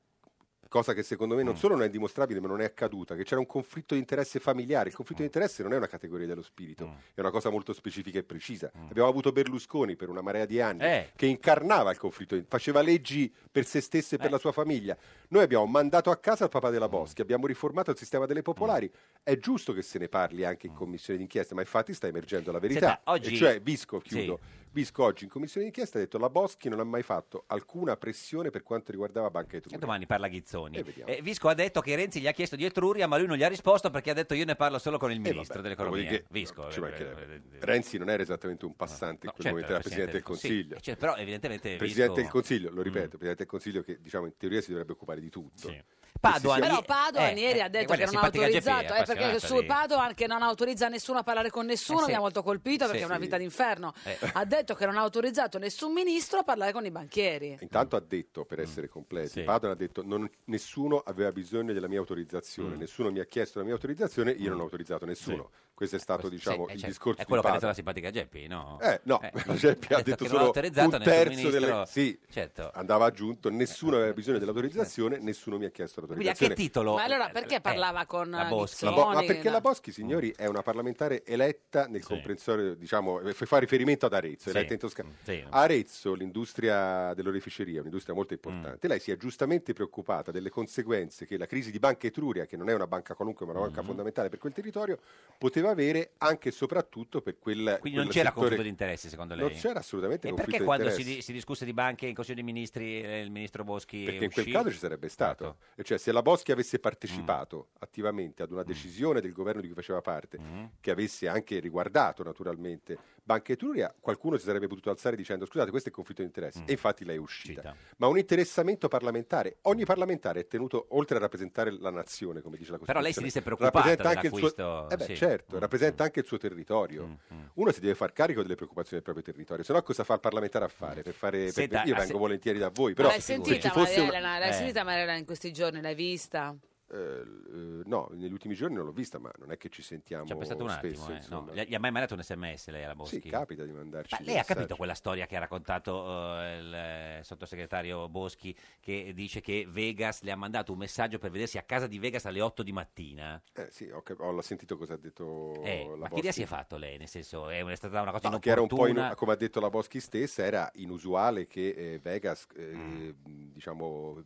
cosa che secondo me non
Mm.
solo non è dimostrabile, ma non è accaduta, che c'era un conflitto di interesse familiare. Il conflitto
Mm.
di interesse non è una categoria dello spirito, è una cosa molto specifica e precisa.
Mm.
Abbiamo avuto Berlusconi per una marea di anni
Eh.
che incarnava il conflitto, faceva leggi per se stesso
Eh.
e per la sua famiglia. Noi abbiamo mandato a casa il papà
Mm.
della Boschi, abbiamo riformato il sistema delle popolari. È giusto che se ne parli anche in commissione d'inchiesta, ma infatti sta emergendo la verità.
Mm. Senta, oggi-
E cioè, Visco, chiudo. Visco oggi in commissione d'inchiesta ha detto la Boschi non ha mai fatto alcuna pressione per quanto riguardava Banca Etruria.
domani parla Ghizzoni.
E vediamo.
Eh, Visco ha detto che Renzi gli ha chiesto di Etruria, ma lui non gli ha risposto perché ha detto io ne parlo solo con il ministro dell'economia.
Eh, Dopodiché,
Visco.
ci
eh,
mancherebbe.
eh,
Renzi non era esattamente un passante in quel
certo,
momento, era Presidente del Consiglio.
Sì, cioè, però evidentemente
Presidente
Visco- Mm.
del Consiglio, lo ripeto, Presidente del Consiglio che diciamo in teoria si dovrebbe occupare di tutto.
Padoan-
Però Padoan
eh,
ieri ha
eh,
detto
guarda,
che non ha
simpatica
autorizzato,
GP,
eh, perché
appassionata
sul
di-
Padoan che non autorizza nessuno a parlare con nessuno,
Eh sì.
mi ha molto colpito perché
Sì.
è una vita d'inferno.
Eh.
Ha detto che non ha autorizzato nessun ministro a parlare con i banchieri.
Intanto ha detto,
Mm.
per essere completi, Padoan ha detto non- nessuno aveva bisogno della mia
Mm.
autorizzazione, nessuno mi ha chiesto la mia autorizzazione, io non ho autorizzato nessuno. Questo è stato diciamo,
Sì, Mm. eh,
il
certo.
discorso
è quello
di
che ha detto
Padoan.
la simpatica Geppi, no?
Eh, no, *laughs* Giuseppe ha
che
detto solo
non ha
un
autorizzato nessun
terzo
ministro. Certo. Eh,
delle... Sì, andava aggiunto, nessuno aveva bisogno dell'autorizzazione, nessuno mi ha chiesto
Quindi a che
l'autorizzazione.
titolo? Eh,
Ma allora perché parlava con eh,
La
Ghizzoni?
Bo- ma perché la Boschi, signori,
Mm.
è una parlamentare eletta nel comprensorio, diciamo, eh, fa riferimento ad Arezzo,
Sì.
eletta in Toscana.
Mm.
Sì.
A Arezzo, l'industria dell'oreficeria è un'industria molto
Mm.
importante. Lei si è giustamente preoccupata delle conseguenze che la crisi di Banca Etruria, che non è una banca qualunque, ma una
Mm.
banca fondamentale per quel territorio, poteva avere anche e soprattutto per quel
Quindi non
quel
c'era
settore-
conflitto di interessi secondo lei?
Non c'era assolutamente
E
conflitto
perché
di
quando si,
interessi.
di- si discusse di banche in Consiglio dei Ministri eh, il ministro Boschi
Perché in
uscì? Certo. Mm.
quel caso ci sarebbe stato. E Cioè, se la Boschi avesse partecipato attivamente ad una decisione del governo di cui faceva parte,
Mm.
che avesse anche riguardato naturalmente Banca Etruria, qualcuno si sarebbe potuto alzare dicendo scusate, questo è conflitto di interessi.
Mm.
E infatti lei è uscita. Ma un interessamento parlamentare, ogni parlamentare è tenuto, oltre a rappresentare la nazione, come dice la
Però lei
Costituzione,
si disse preoccupata
rappresenta anche il suo...
dell'acquisto,
Eh beh,
sì. Mm,
certo, rappresenta anche il suo territorio. Uno si deve far carico delle preoccupazioni del proprio territorio, se no cosa fa il parlamentare a fare? Per fare... per-
Senta,
io
ah,
vengo
se-
volentieri da voi, però
l'hai
se ci
sentita Maria
fosse una-
Elena? L'hai
Eh.
sentita Maria Elena in questi giorni? L'hai vista?
Eh, eh, no, negli ultimi giorni non l'ho vista, ma non è che ci sentiamo
Ci ha pensato un
spesso.
attimo, eh, no?
insomma.
Gli gli ha mai mandato un sms lei alla Boschi?
Sì, capita di mandarci.
Ma
dei
lei ha
messaggi.
capito quella storia che ha raccontato eh, il eh, sottosegretario Boschi che dice che Vegas le ha mandato un messaggio per vedersi a casa di Vegas alle 8 di mattina?
Eh, sì, ho, cap- ho l'ho sentito cosa ha detto
Eh,
Oh,
ma
la
che
Boschi.
idea si è fatto lei? Nel senso, è stata una cosa
No, che
inopportuna?
era un po' inu- come ha detto la Boschi stessa, era inusuale che eh, Vegas, eh,
Mm.
diciamo,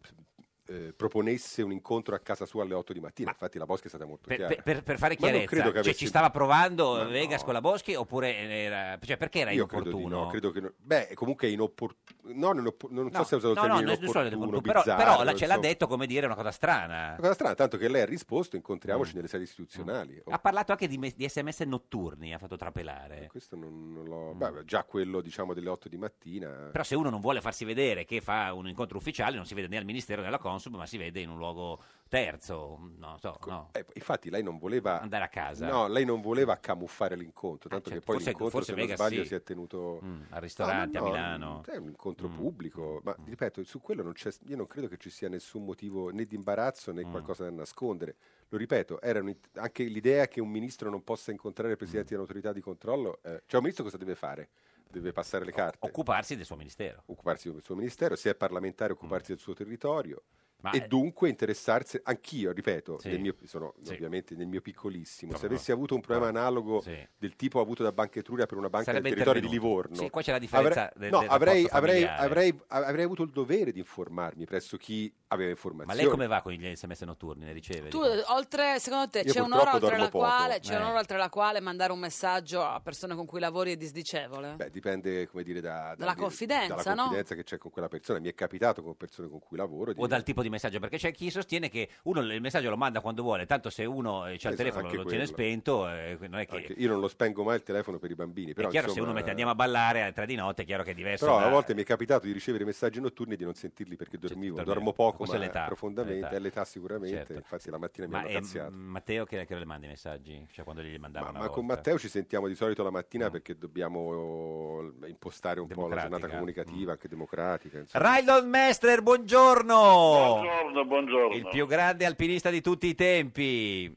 eh, proponesse un incontro a casa sua alle 8 di mattina. Infatti, la Boschi è stata molto
Per,
chiara.
per- per- per fare
Ma non
chiarezza,
credo che
cioè,
avesse-
ci stava provando
Ma
Vegas
no.
con la Boschi oppure era, cioè, perché era
Io credo
inopportuno?
di no, credo che no- Beh, comunque è inopportuno. No, non, oppor- non so se ha usato il
no, no,
termine
non so,
inopportuno,
però,
bizzarro,
però la- ce l'ha
insomma.
detto come dire una cosa strana.
Una cosa strana, tanto che lei ha risposto,
Mm.
incontriamoci nelle sedi istituzionali. Oh, Eh,
Ha parlato anche di, me- di sms notturni, ha fatto trapelare.
questo non, non l'ho... beh, già quello, diciamo, delle 8 di mattina...
Mm. Però se uno non vuole farsi vedere che fa un incontro ufficiale, non si vede né al Ministero né alla Consub, ma si vede in un luogo terzo. Non so, no.
Eh, infatti lei non voleva...
Andare a casa.
No, lei non voleva camuffare l'incontro, tanto
certo.
che poi
Forse-
l'incontro,
forse
se non
Vegas
sbaglio,
sì.
si è tenuto...
Mm, al ristorante,
Ah, No, no,
a Milano. Mm.
È un incontro pubblico, ma ripeto, su quello non c'è, io non credo che ci sia nessun motivo né di imbarazzo
Mm.
né qualcosa da nascondere. Lo ripeto, era un-
Mm.
anche l'idea che un ministro non possa incontrare il presidente dell'autorità di controllo, eh, cioè un ministro cosa deve fare? deve passare le carte.
Occuparsi del suo ministero. Mm.
Occuparsi del suo ministero, se è parlamentare occuparsi del suo territorio.
Ma-
e dunque interessarsi, anch'io, ripeto,
Sì.
nel mio- sono
Sì. Ah.
ovviamente nel mio piccolissimo, se
Proprio-
avessi avuto un problema analogo del tipo avuto da Banca Etruria per una banca
Sarebbe
del territorio di
intervenuto.
Livorno,
Sì, qua c'è la differenza
avrei,
del-
no,
del
avrei,
rapporto
avrei-
familiare.
avrei- avrei avuto il dovere di informarmi presso chi aveva
Ma
informazioni.
lei come va con gli sms notturni? Ne riceve?
Tu, eh, oltre, secondo te,
Io
c'è un'ora
purtroppo
oltre
dormo
la
poco.
quale c'è
Eh.
un'ora oltre la quale mandare un messaggio a persone con cui lavori è disdicevole?
Beh, dipende, come dire, da,
Dalla confidenza,
dalla
no?
confidenza che c'è con quella persona. Mi è capitato con persone con cui lavoro. di-
o dal tipo di messaggio perché c'è chi sostiene che uno il messaggio lo manda quando vuole tanto se uno eh, c'ha
Esatto,
il telefono
anche
lo tiene
quello.
spento eh, non è che
Anche- io non lo spengo mai il telefono per i bambini. Però,
è chiaro se
insomma, eh,
uno mette andiamo a ballare alle tre di notte è chiaro che è diverso
Però
da-
a volte mi è capitato di ricevere messaggi notturni e di non sentirli perché dormivo.
dormivo.
Dormo poco,
Questa
ma
Cioè, è l'età,
profondamente.
l'età.
È l'età sicuramente.
Certo.
Infatti la mattina mi
ma
hanno
eh,
cazziato.
Matteo che, che ora le manda i messaggi cioè quando gli mandava una
Ma con
volta.
Matteo ci sentiamo di solito la mattina perché dobbiamo eh, impostare un po' la giornata
Mm.
comunicativa, anche democratica. insomma.
Raildon Mester buongiorno buongiorno
buongiorno
il più grande alpinista di tutti i tempi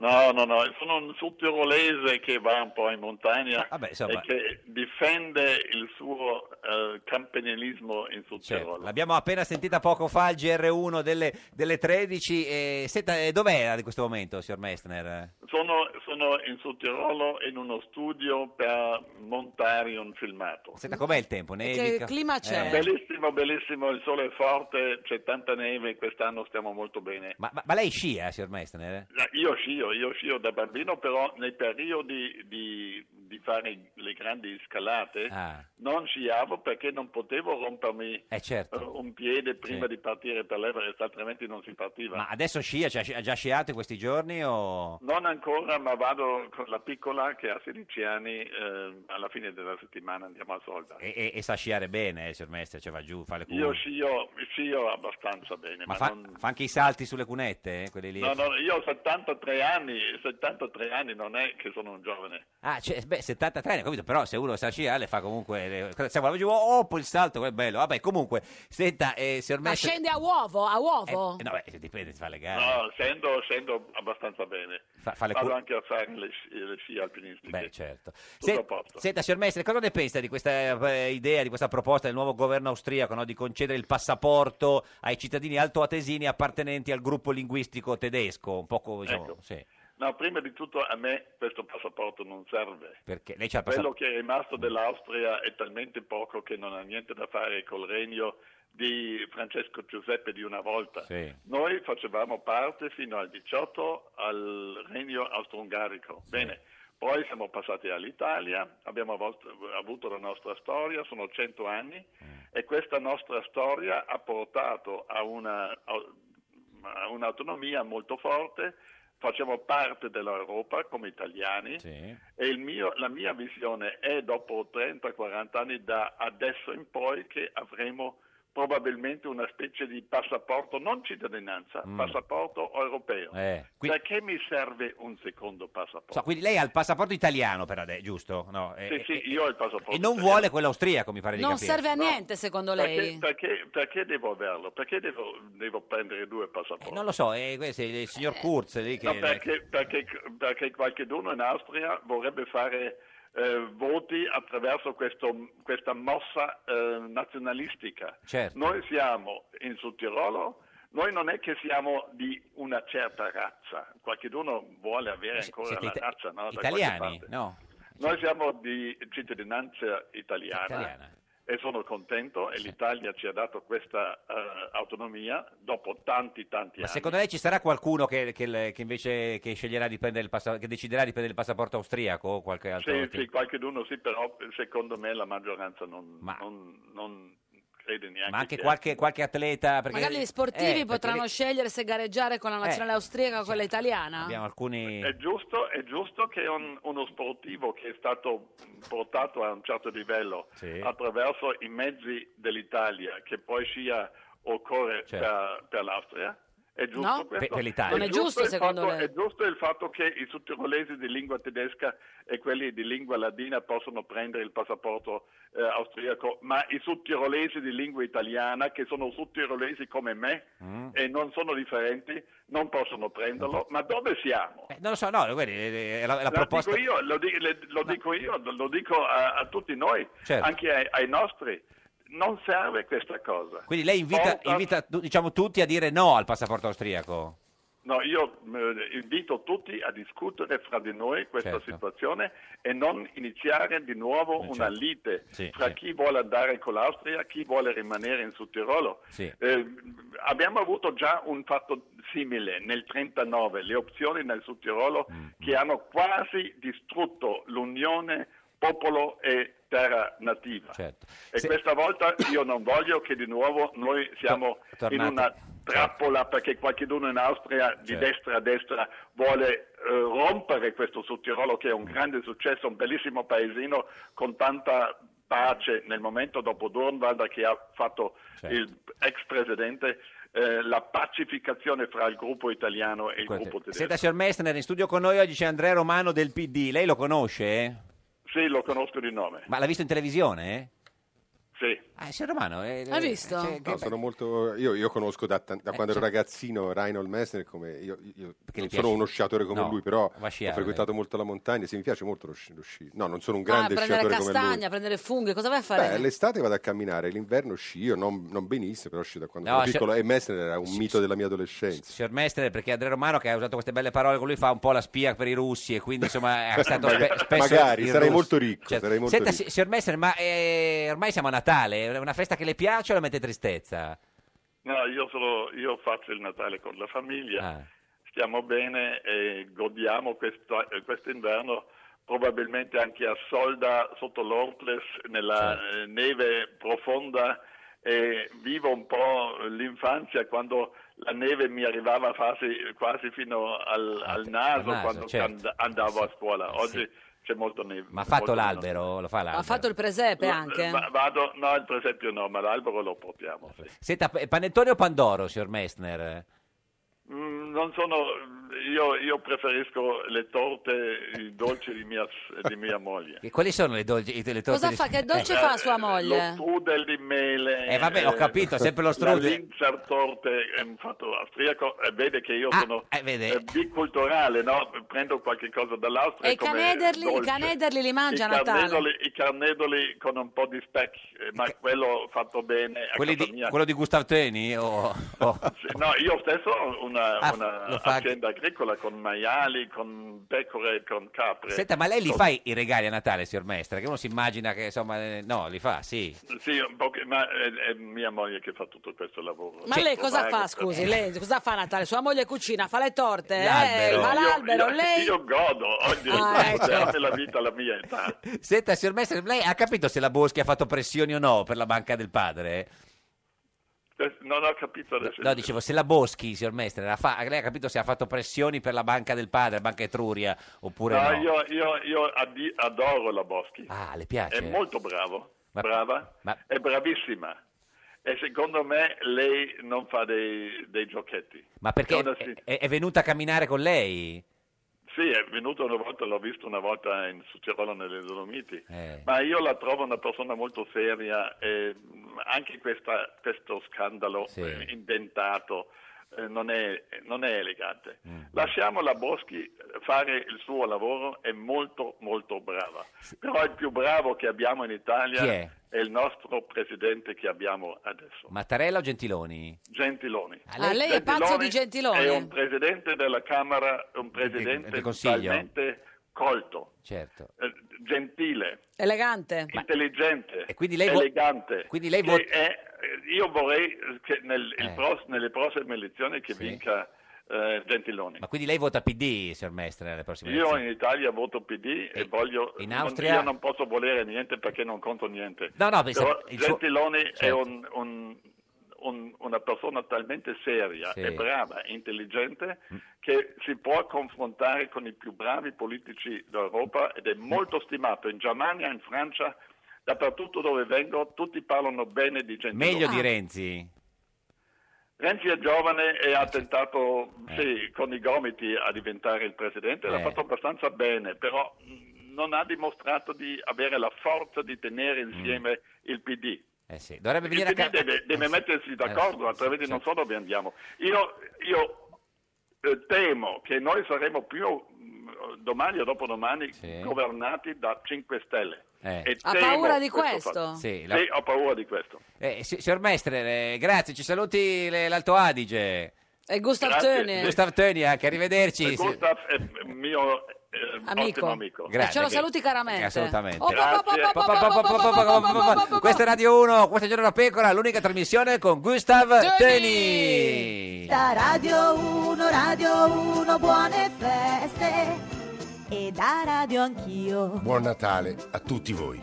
No, no, no, sono un sudtirolese che va un po' in montagna
Ah, insomma.
e che difende il suo eh, campanilismo in Sud
Certo,
Tirolo.
l'abbiamo appena sentita poco fa il GR1 delle, delle 13 e senta, eh, dov'è in questo momento signor Messner?
Sono, sono in Sud Tirolo in uno studio per montare un filmato.
Senta, com'è il tempo? Nevica? Eh,
Che clima c'è?
Bellissimo, bellissimo, il sole è forte, c'è tanta neve, quest'anno stiamo molto bene.
Ma, ma- ma lei scia, signor Messner?
Io scio, io scio da bambino, però nei periodi di, di fare le grandi scalate
Ah,
non sciavo perché non potevo rompermi
eh certo.
eh, un piede prima
Sì.
di partire per l'Everest, altrimenti non si partiva.
Ma adesso scia, cioè, ha già sciato in questi giorni o...
Non ancora, ma vado con la piccola che ha 16 anni, eh, alla fine della settimana andiamo a solda.
E, e- e sa sciare bene, eh, signor Messner, cioè va giù, fa le
Io
cunette.
scio, scio abbastanza bene,
Ma
ma,
fa,
non...
fa anche i salti sulle cunette, eh, quelli lì?
No, no, io ho 73 anni, 73 anni non è che sono un giovane.
Ah, cioè, beh, 73 anni, ho capito, però se uno sa sciare le fa comunque... le- cosa- Se vuole giù, oh, poi il salto, quello è bello. Vabbè, comunque, senta, eh, signor
Ma
Messner...
scende a uovo, a uovo?
Eh, no, beh, dipende, si fa le gare.
No, scendo, scendo abbastanza bene.
Fa- fa le
Vado
cur-
anche a fare le, sci- le sci alpinistiche.
Beh, certo.
Tutto
Se-
a posto.
senta, signor Mestre, cosa ne pensa di questa eh, idea, di questa proposta del nuovo governo austriaco no, di concedere il passaporto ai cittadini altoatesini appartenenti al gruppo linguistico tedesco? Un po' co- diciamo,
Ecco.
sì.
No, prima di tutto a me questo passaporto non serve.
Perché lei c'ha il
Quello
passaporto.
che è rimasto dell'Austria è talmente poco che non ha niente da fare col regno di Francesco Giuseppe di una volta.
Sì.
Noi facevamo parte fino al 18 al regno austro-ungarico. Bene, poi siamo passati all'Italia, abbiamo avol- avuto la nostra storia, sono 100 anni
Mm.
e questa nostra storia ha portato a una- a un'autonomia molto forte. Facciamo parte dell'Europa come italiani e il mio- la mia visione è dopo 30-40 anni da adesso in poi che avremo probabilmente una specie di passaporto, non cittadinanza,
Mm.
passaporto europeo.
Eh, qui-
Perché mi serve un secondo passaporto?
so, quindi lei ha il passaporto italiano per adesso, giusto? No, eh,
sì, sì, io ho il passaporto.
e non
italiano.
vuole quello austriaco, mi pare di
Non
capire.
serve a niente, secondo lei?
Perché, perché- perché devo averlo? Perché devo, devo prendere due passaporti?
Non lo so, eh, questo è il signor Kurz lì che...
No, perché, perché, perché qualcuno in Austria vorrebbe fare eh, voti attraverso questo- questa mossa eh, nazionalistica.
Certo.
Noi siamo in Sud Tirolo, noi non è che siamo di una certa razza, qualcuno vuole avere ancora
Eh, siete
la
ita-
razza, no? Da
Italiani,
qualche parte.
no?
Noi siamo di cittadinanza italiana.
Italiana.
E sono contento e l'Italia ci ha dato questa eh, autonomia dopo tanti tanti
Ma
anni.
secondo lei ci sarà qualcuno che, che- che invece che sceglierà di prendere il passaporto, che deciderà di prendere il passaporto austriaco o qualche altro?
Sì,
tipo?
sì, qualcuno sì, però secondo me la maggioranza non,
Ma-
non- non crede neanche.
Ma anche
che-
qualche, qualche atleta? Perché,
Magari gli
eh,
sportivi
perché
potranno
lì Eh, certo.
scegliere se gareggiare con la nazionale austriaca o quella italiana?
Abbiamo alcuni...
È giusto, è giusto che un- uno sportivo che è stato portato a un certo livello
Sì.
attraverso i mezzi dell'Italia, che poi sia o corre
Certo.
per, per l'Austria, È giusto
No?
questo?
Per- per l'Italia. Non è
giusto,
il
secondo
fatto-
lei?
È giusto il fatto che i sudtirolesi di lingua tedesca e quelli di lingua ladina possono prendere il passaporto eh, austriaco, ma i sudtirolesi di lingua italiana, che sono sudtirolesi come me
mm?
e non sono differenti, non possono prenderlo. Ma dove siamo?
Eh, non lo so, no, guardi, eh, eh, la, la
Lo
proposta...
dico io, lo, di- le- lo dico, io, lo dico a, a tutti noi,
Certo.
anche ai, ai nostri. Non serve questa cosa.
Quindi lei invita,
Porta-
invita, tu- diciamo, tutti a dire no al passaporto austriaco.
No, io eh, invito tutti a discutere fra di noi questa
Certo.
situazione e non iniziare di nuovo
Eh,
una
certo.
lite
Sì,
fra
sì.
chi vuole andare con l'Austria e chi vuole rimanere in Sud Tirolo.
Sì.
Eh, abbiamo avuto già un fatto simile nel 39, le opzioni nel Sud Tirolo che hanno quasi distrutto l'unione popolo e terra nativa. E questa volta io non voglio che di nuovo noi siamo
Tor-
in
tornate.
una trappola perché qualcuno in Austria di
Certo.
destra a destra vuole eh, rompere questo Sudtirolo che è un grande successo, un bellissimo paesino con tanta pace nel momento dopo Dornwalder che ha fatto
Certo.
il ex presidente eh, la pacificazione fra il gruppo italiano e il gruppo
Senta,
tedesco.
signor Messner, in studio con noi oggi c'è Andrea Romano del PD. Lei lo conosce? eh?
Sì, lo conosco di nome.
Ma l'ha visto in televisione?
Sì.
Ah, signor Romano... eh,
Hai visto?
cioè, che-
No, sono molto, io, io conosco da, tan- da
Eh,
quando ero
certo.
ragazzino Reinhold Messner, come io, io non
gli
sono
piace?
uno sciatore come
No,
lui, però
va a sciare,
ho frequentato molto la montagna, sì, mi piace molto lo sci, lo sci. No, non sono un
Ma a
grande
prendere
sciatore come lui.
Ah, castagna, a prendere funghi, cosa vai a fare?
Beh, l'estate vado a camminare, l'inverno sci, io non, non benissimo, però sci da quando
No,
ero
sci-
piccolo e Messner era un mito della mia adolescenza.
Signor Mestre, perché Andrea Romano che ha usato queste belle parole con lui fa un po' la spia per i russi e quindi insomma
*laughs*
è stato spe-
Magari-
spesso
magari,
il
sarei
russo. Cioè,
molto ricco, sarei molto
Senta,
ricco.
si- signor Mestre, ma eh, ormai siamo a Natale, è una festa che le piace o la mette tristezza?
No, io, solo, io faccio il Natale con la famiglia,
Ah.
stiamo bene e godiamo questa- eh, quest'inverno probabilmente anche a solda sotto l'Ortles nella
Certo.
eh, neve profonda e vivo un po' l'infanzia quando la neve mi arrivava quasi, quasi fino al, al naso,
Ah, naso,
quando
certo.
and- andavo a scuola. Oggi c'è molto neve.
Ma ha fatto
molto meno
l'albero? Lo fa l'albero?
Ha fatto il presepe
neve.
anche?
Va- Vado, no, il presepio no, ma l'albero lo portiamo. sì.
Senta, p- panettone o Pandoro, signor Messner?
Mm, Non sono, io, io preferisco le torte, i dolci di mia, di mia moglie.
E quali sono le, dolci, i- le torte?
Cosa
di-
fa? Che dolce
Eh,
fa sua
Lo
moglie?
strudel di mele.
Eh, vabbè, ho capito, sempre lo strudel.
La Linzer torte è un fatto austriaco. eh, vede che io sono
Ah, vede.
eh, biculturale, no? Prendo qualche cosa dall'Austria.
E i
come
canederli, i
dolce.
canederli li mangia a
I
Natale.
carnedoli, I carnedoli con un po' di speck, eh, ma quello fatto
ecco,
bene a
Quelli
casa
di-
mia.
quello di Gustav Teni? o- o-
*laughs*
No, io stesso ho una,
Ah, lo fa anche-
un'azienda agricola con maiali, con pecore e con capre.
Senta, ma lei li
Con-
fa i i regali a Natale, signor Mestre? Che uno si immagina che, insomma, eh, no, li fa, sì.
Sì, un po' che- ma è, è mia moglie che fa tutto questo lavoro.
Ma lei cosa
Ormai-
fa, scusi? Lei cosa fa a Natale? Sua moglie cucina, fa le torte, eh?
L'albero.
va l'albero,
io,
lei...
Io godo, oggi *laughs*
Ah, ecco.
la vita alla mia età.
Senta, signor Mestre, lei ha capito se la Boschi ha fatto pressioni o no per la banca del padre?
Non ho capito adesso.
No, dicevo, se la Boschi, signor Mestre, la fa- lei ha capito se ha fatto pressioni per la banca del padre, Banca Etruria, oppure no?
No, io, io- io addi- adoro la Boschi.
Ah, le piace?
È molto bravo,
Ma-
brava,
ma-
è bravissima. E secondo me lei non fa dei, dei giochetti.
Ma perché
È una
è, è- è venuta a camminare con lei?
Sì, è venuto una volta, l'ho visto una volta in Sucerolo nelle Dolomiti,
Eh.
ma io la trovo una persona molto seria e mh, anche questa- questo scandalo
Sì.
eh, inventato eh, non, è, non è elegante.
Mm.
Lasciamo la Boschi fare il suo lavoro, è molto molto brava, però il più bravo che abbiamo in Italia
Chi è?
il nostro presidente che abbiamo adesso,
Mattarella o Gentiloni?
Gentiloni.
Ah, lei è pazzo di Gentiloni?
È un presidente della Camera, un presidente
del Consiglio?
talmente colto,
Certo.
eh, gentile,
Eh, Elegante.
intelligente,
quindi lei vo-
elegante.
quindi lei
che
vot- Eh.
è- eh, io vorrei che nel- il pros- nelle prossime elezioni che vinca eh, Gentiloni.
Ma quindi lei vota PD, signor Mestre, alle prossime
Io
elezioni?
in Italia voto PD e, voglio...
in
non-
Austria?
io non posso volere niente perché non conto niente.
No, no, pensa-
Però
il suo-
Gentiloni è
Certo.
un- un- un- una persona talmente seria
Sì. Mm.
e brava, intelligente, che si può confrontare con i più bravi politici d'Europa ed è molto stimato in Germania, in Francia,
Ah,
dappertutto dove vengo, tutti parlano bene di Gentiloni.
Meglio di Renzi?
Renzi è giovane
Eh
e ha tentato sì, con i gomiti a diventare il presidente, l'ha
Eh.
fatto abbastanza bene, però mh, non ha dimostrato di avere la forza di tenere insieme il PD.
Mm. Eh sì, dovrebbe
Il
venire a eh,
PD
casa.
deve, deve mettersi d'accordo,
Eh,
altrimenti non so dove andiamo. Io, io, eh, temo che noi saremo più mh, domani o dopodomani governati da 5 Stelle.
Eh.
E
Ha
temo
paura di questo?
fatto.
Sì,
Sì,
la-
ho paura di questo.
Eh, si- signor Mestre, eh, grazie, ci saluti le- l'Alto Adige.
E Gustav
Grazie.
Töne.
Gustav Töni anche, arrivederci.
E Eh, Gustav è mio eh,
Amico.
ottimo amico.
Grazie.
E ce lo saluti caramente.
eh, Assolutamente.
Oh, pa, pa, pa,
Grazie.
pa,
Pa, pa,
pa,
pa, pa, pa, pa, pa, pa, pa. Questa è Radio 1, questa è Giorno da Pecora, l'unica trasmissione con Gustav Teni.
Da Radio 1, Radio 1, buone feste. E da radio anch'io.
Buon Natale a tutti voi.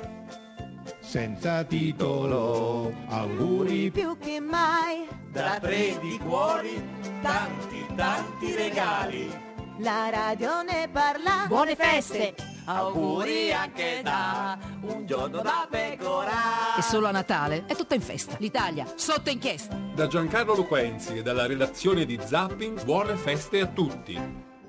Senza titolo, auguri
Più che mai
da tre di cuori, tanti tanti regali.
la radio ne parla.
Buone feste. Auguri anche da un giorno da pecora.
E solo a Natale è tutta in festa. L'Italia sotto inchiesta.
Da Giancarlo Luquenzi e dalla redazione di Zapping, buone feste a tutti.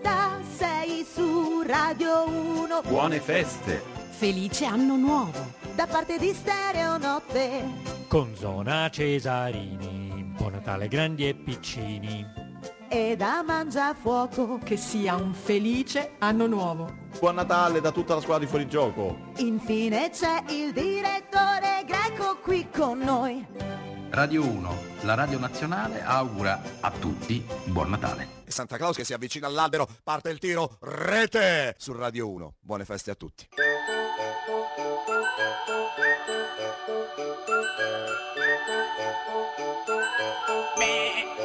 Da 6 su Radio 1.
feste!
Felice anno nuovo. Da parte di Stereo Notte.
Con zona Cesarini, buon Natale grandi e piccini.
E da Mangiafuoco. Che sia un felice anno nuovo.
Buon Natale da tutta la squadra di Fuorigioco.
Infine c'è il direttore greco qui con noi.
Radio 1, la radio nazionale, augura a tutti buon Natale.
E Santa Claus che si avvicina all'albero, parte il tiro, rete! Su Radio 1. Buone feste a tutti.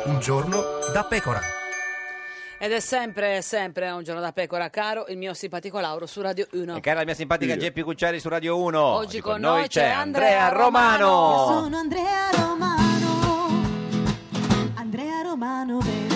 Un
giorno da pecora.
Ed è sempre, sempre un giorno da pecora, caro il mio simpatico Lauro su Radio 1.
E cara la mia simpatica Geppi Cucciari su Radio 1.
Oggi con noi c'è Andrea
Romano.
Sono Andrea Romano. Andrea Romano, vero?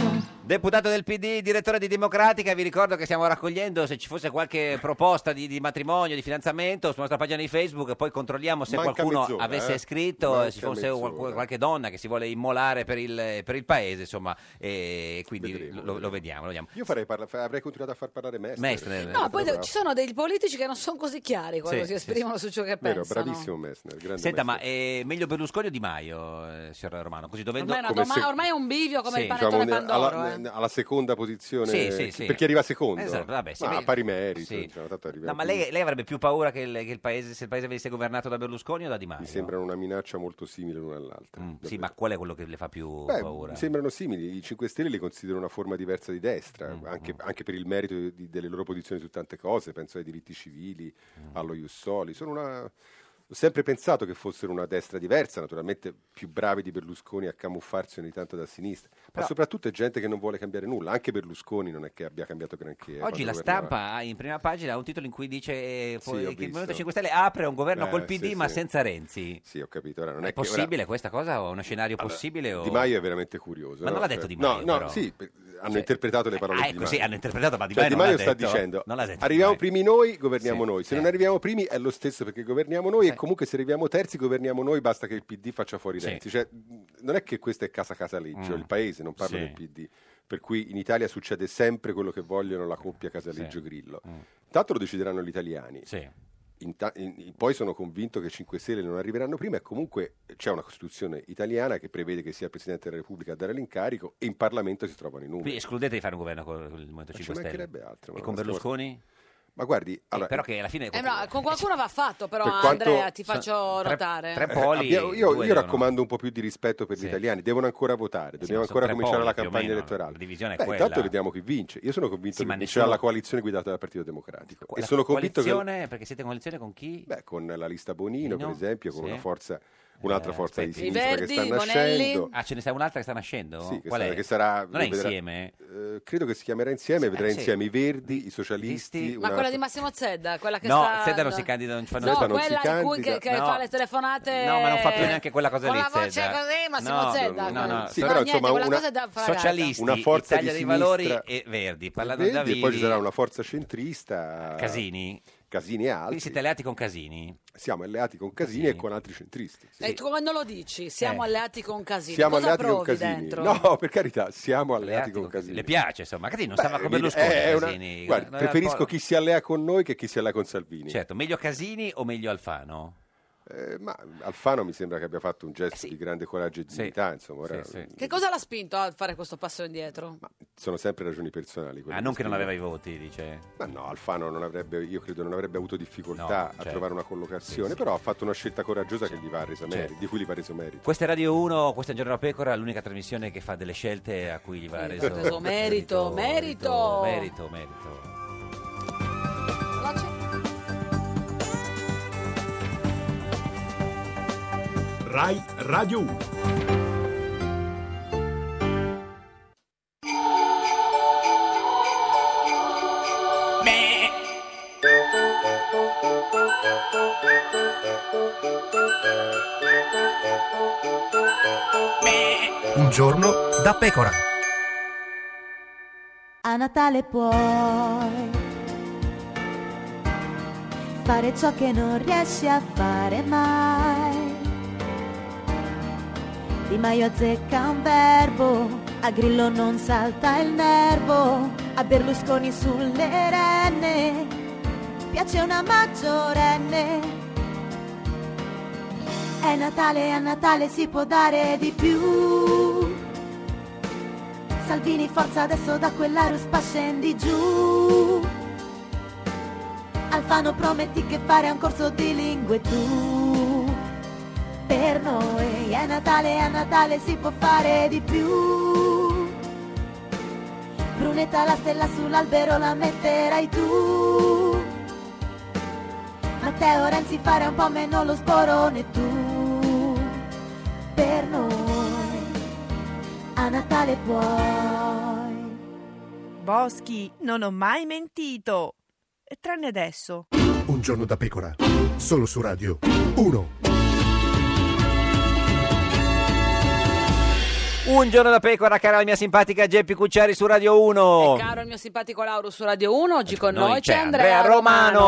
Deputato del PD, direttore di Democratica, vi ricordo che stiamo raccogliendo se ci fosse qualche proposta di, di matrimonio, di finanziamento sulla nostra pagina di Facebook, e poi controlliamo se
Manca
qualcuno
mezz'ora,
avesse
eh.
scritto,
Manca
se ci fosse
mezz'ora.
qual- qualche donna che si vuole immolare per il, per il paese, insomma, e quindi lo, lo vediamo. Lo vediamo.
Io farei parla- fa- avrei continuato a far parlare Mestre.
Mestre.
No, poi de- ci sono dei politici che non sono così chiari quando
Sì,
si
sì,
esprimono su ciò che
Vero,
pensano.
bravissimo Messner, grande
Senta, ma
Messner.
è meglio Berlusconi o Di Maio, eh, signor Romano? Così dovendo...
Ormai, è una doma- ormai è un bivio come
Sì.
il panettone
Diciamo, ne-
Pandoro. eh.
alla, ne- alla seconda posizione
Sì, sì,
chi-
sì.
per chi arriva secondo
Esatto, vabbè, sì,
ma a
beh-
pari merito
sì.
insomma, tanto arriviamo
No, ma
lì.
lei, lei avrebbe più paura che il, che il paese, se il paese venisse governato da Berlusconi o da Di Maio?
mi sembrano una minaccia molto simile l'una all'altra
Mm, Sì, ma qual è quello che le fa più
Beh,
paura?
mi sembrano simili, i 5 Stelle li considero una forma diversa di destra,
Mm,
anche, anche per il merito di- delle loro posizioni su tante cose, penso ai diritti civili,
Mm.
allo Jussoli, sono una... ho sempre pensato che fossero una destra diversa, naturalmente più bravi di Berlusconi a camuffarsi ogni tanto da sinistra, ma
Però-
soprattutto è gente che non vuole cambiare nulla, anche Berlusconi non è che abbia cambiato granché.
Oggi
quando
la
governava.
stampa ha in prima pagina un titolo in cui dice eh,
Sì,
poi-
ho
che il Movimento
visto.
5 Stelle apre un governo
Eh,
col PD
sì,
ma
sì.
senza Renzi.
Sì, ho capito. Ora, non è,
È
che ora-
possibile questa cosa? O uno scenario
Allora,
possibile? o-
Di Maio è veramente curioso.
Ma
no?
non l'ha detto Di
No,
Maio,
No,
però.
sì, per- hanno
Cioè,
interpretato le parole
ah,
di
ecco,
Maio.
sì, hanno interpretato, ma Di
Cioè,
Maio non l'ha
sta
detto.
dicendo
Non l'ha detto Di
arriviamo
Maio."
primi noi, governiamo
Sì,
noi. Se
eh.
non arriviamo primi è lo stesso perché governiamo noi e comunque se arriviamo terzi governiamo noi, basta che il PD faccia fuori
Sì.
Renzi. Cioè, mh, non è che questa è casa Casaleggio,
Mm.
il paese, non parlo
Sì.
del PD. Per cui in Italia succede sempre quello che vogliono la coppia Casaleggio-Grillo.
Mm.
Intanto lo decideranno gli italiani. Inta- in- in- poi sono convinto che 5 Stelle non arriveranno prima e comunque c'è una Costituzione italiana che prevede che sia il Presidente della Repubblica a dare l'incarico e in Parlamento si trovano i
Quindi
numeri.
escludete di fare un governo con con il Movimento
ci
5 Stelle.
mancherebbe altro, ma
e con
non stiamo-
Berlusconi?
Ma guardi, allora,
però che alla fine...
Eh, no, con qualcuno va fatto però,
Per quanto-
Andrea, ti
so-
faccio
tre-
rotare.
eh, abbiamo- io
due
io
devono-
raccomando un po' più di rispetto per gli italiani, devono ancora votare, dobbiamo
Eh sono
ancora
tre
cominciare
poli
la
più o
campagna
meno,
elettorale.
la divisione è
Beh,
quella.
intanto vediamo chi vince. Io sono convinto
Sì,
che
ma
vincerà
nessuno-
la coalizione guidata dal Partito Democratico.
Quella
e sono convinto che
coalizione, perché siete in coalizione con chi?
Beh, con la lista Bonino,
Bonino?
per esempio, con
Sì. Eh,
una forza, un'altra forza di
aspetti. I
sinistra che
Verdi,
sta
Bonelli.
nascendo.
Ah, ce ne sta un'altra che sta nascendo?
Sì, che,
Qual
sarà,
è?
che sarà-
Non è
vedrà-
insieme?
eh, credo che si chiamerà insieme, vedrà
eh, sì.
insieme i Verdi, i socialisti.
Ma quella di Massimo Zedda, quella che
No,
sta...
Zedda
non si candida, non ci fanno
No,
Zedda non si
quella in cui che,
candida.
che
No.
fa le telefonate...
No, ma non fa più neanche quella cosa
Eh, con
lì.
la voce
Zedda.
così, Massimo Zedda,
No, no,
quella. Sì, No, però, niente, insomma, quella una- cosa è da fare.
socialisti,
Una forza
Italia
di
dei Valori
sinistra.
e Verdi.
Verdi,
Parlando da
e poi ci
Davidi,
sarà una forza centrista.
Casini?
Casini e altri.
Quindi siete alleati con Casini?
Siamo alleati con Casini e con altri centristi. sì.
E tu come non lo dici? Siamo
Eh.
alleati con Casini.
Siamo
Cosa
alleati con
provi
Casini.
dentro?
No, per carità, siamo alleati, con Casini.
Le piace, insomma, Casini non
Beh,
stava con
mi-
Berlusconi.
è una-
Casini.
guarda,
Guarda,
preferisco
poi-
chi si allea con noi che chi si allea con Salvini.
Certo, meglio Casini o meglio Alfano?
Eh, ma Alfano mi sembra che abbia fatto un
Eh
gesto di grande coraggio e dignità, insomma, ora,
Che cosa l'ha spinto a fare questo passo indietro?
sono sempre ragioni personali. quelle
Ah, non che non
spiegano.
aveva i voti, dice.
Ma no, Alfano non avrebbe, io credo non avrebbe avuto difficoltà
No, certo.
a trovare una collocazione,
Sì, sì.
però ha fatto una scelta coraggiosa che gli va resa merito,
Certo.
di cui gli va reso merito.
Questa è Radio 1, questa è Un Giorno alla Pecora, l'unica trasmissione che fa delle scelte a cui gli va reso,
Preso merito, merito.
merito, merito, merito.
Rai Radio 1.
Un giorno da pecora.
A Natale puoi fare ciò che non riesci a fare mai. Di Maio azzecca un verbo, a Grillo non salta il nervo, a Berlusconi sulle renne piace una maggiorenne. È Natale, a Natale si può dare di più. Salvini forza adesso da quella ruspa scendi giù Alfano prometti che fare un corso di lingue tu Per noi è Natale, a Natale si può fare di più Brunetta la stella sull'albero la metterai tu Matteo Renzi fare un po' meno lo sborone tu Per noi a Natale puoi.
Boschi, non ho mai mentito. Tranne adesso.
Un giorno da pecora. Solo su Radio 1.
Un giorno da pecora, cara la mia simpatica Geppi Cucciari su Radio 1.
Caro il mio simpatico Lauro su Radio 1, oggi con noi, c'è
Andrea
Andrea Romano.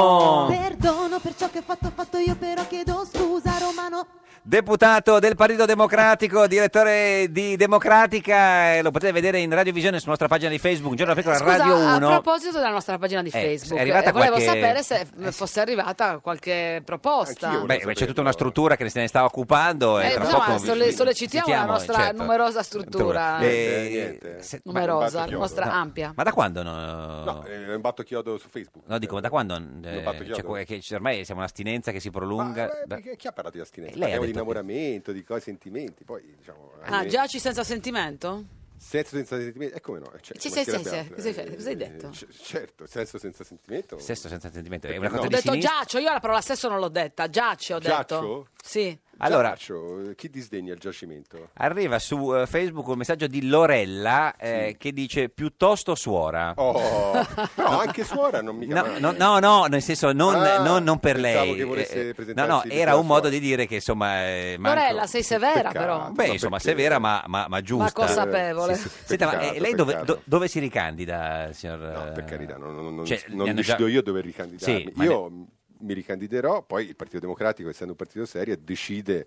Romano.
Perdono per ciò che ho fatto, ho fatto io, però chiedo scusa, Romano.
Deputato del Partito Democratico, direttore di Democratica, e lo potete vedere in radiovisione sulla nostra pagina di Facebook, Un giorno da pecora,
Scusa,
Radio
a
1.
proposito della nostra pagina di
Eh,
Facebook,
è arrivata
eh, volevo
qualche-
sapere se fosse arrivata qualche proposta.
Beh, c'è tutta una struttura che se ne stava occupando e
Eh,
tra
insomma,
poco vi-
solle-
vi-
sollecitiamo la
citiamo,
nostra
certo.
numerosa struttura.
Eh, se- ma-
numerosa, la nostra ampia.
Ma da quando? No,
No, eh, non batto chiodo su Facebook.
no, dico, ma da quando? eh,
batto
cioè,
chiodo.
che c'è- ormai siamo un'astinenza che si prolunga.
Ma, eh,
Da-
chi- chi ha parlato di astinenza?
Eh, lei ha
Parliamo di
detto che-
innamoramento, di cose, sentimenti, poi diciamo...
Ah,
eh,
giaci senza sentimento?
Senso senza sentimento, e come no? Cioè,
Sì,
come
sì,
si
sì,
chiama?
sì, cosa hai fatto? Cosa hai detto?
c- certo, senso senza sentimento. Eh,
Sesso senza sentimento, è
Perché
una cosa
cioè, Ho
di
detto
sinistra.
giaccio, io la parola stesso non l'ho detta, giace ho detto.
Giaccio?
Sì.
Allora-
Giaccio, eh, chi disdegna
*laughs*
il giacimento?
Arriva su eh, Facebook un messaggio di Lorella eh, che dice piuttosto suora.
Oh, no, anche suora non mi
No, no, no, no, nel senso non,
Ah,
non- non per
pensavo
lei.
che volesse
Eh, no,
presentarsi
no,
di
era un
suora.
modo di dire che insomma... eh, manco-
Lorella, sei severa però.
Beh, insomma, severa ma, ma, ma giusta.
Ma consapevole.
Senta, ma, eh,
Peccato,
lei dove,
peccato.
do- dove si ricandida, signor? No,
per carità, non, non- non-
Cioè,
non
ne hanno già-
decido io dove ricandidarmi.
Sì, ma
io m- mi ricandiderò, poi il Partito Democratico, essendo un partito serio, decide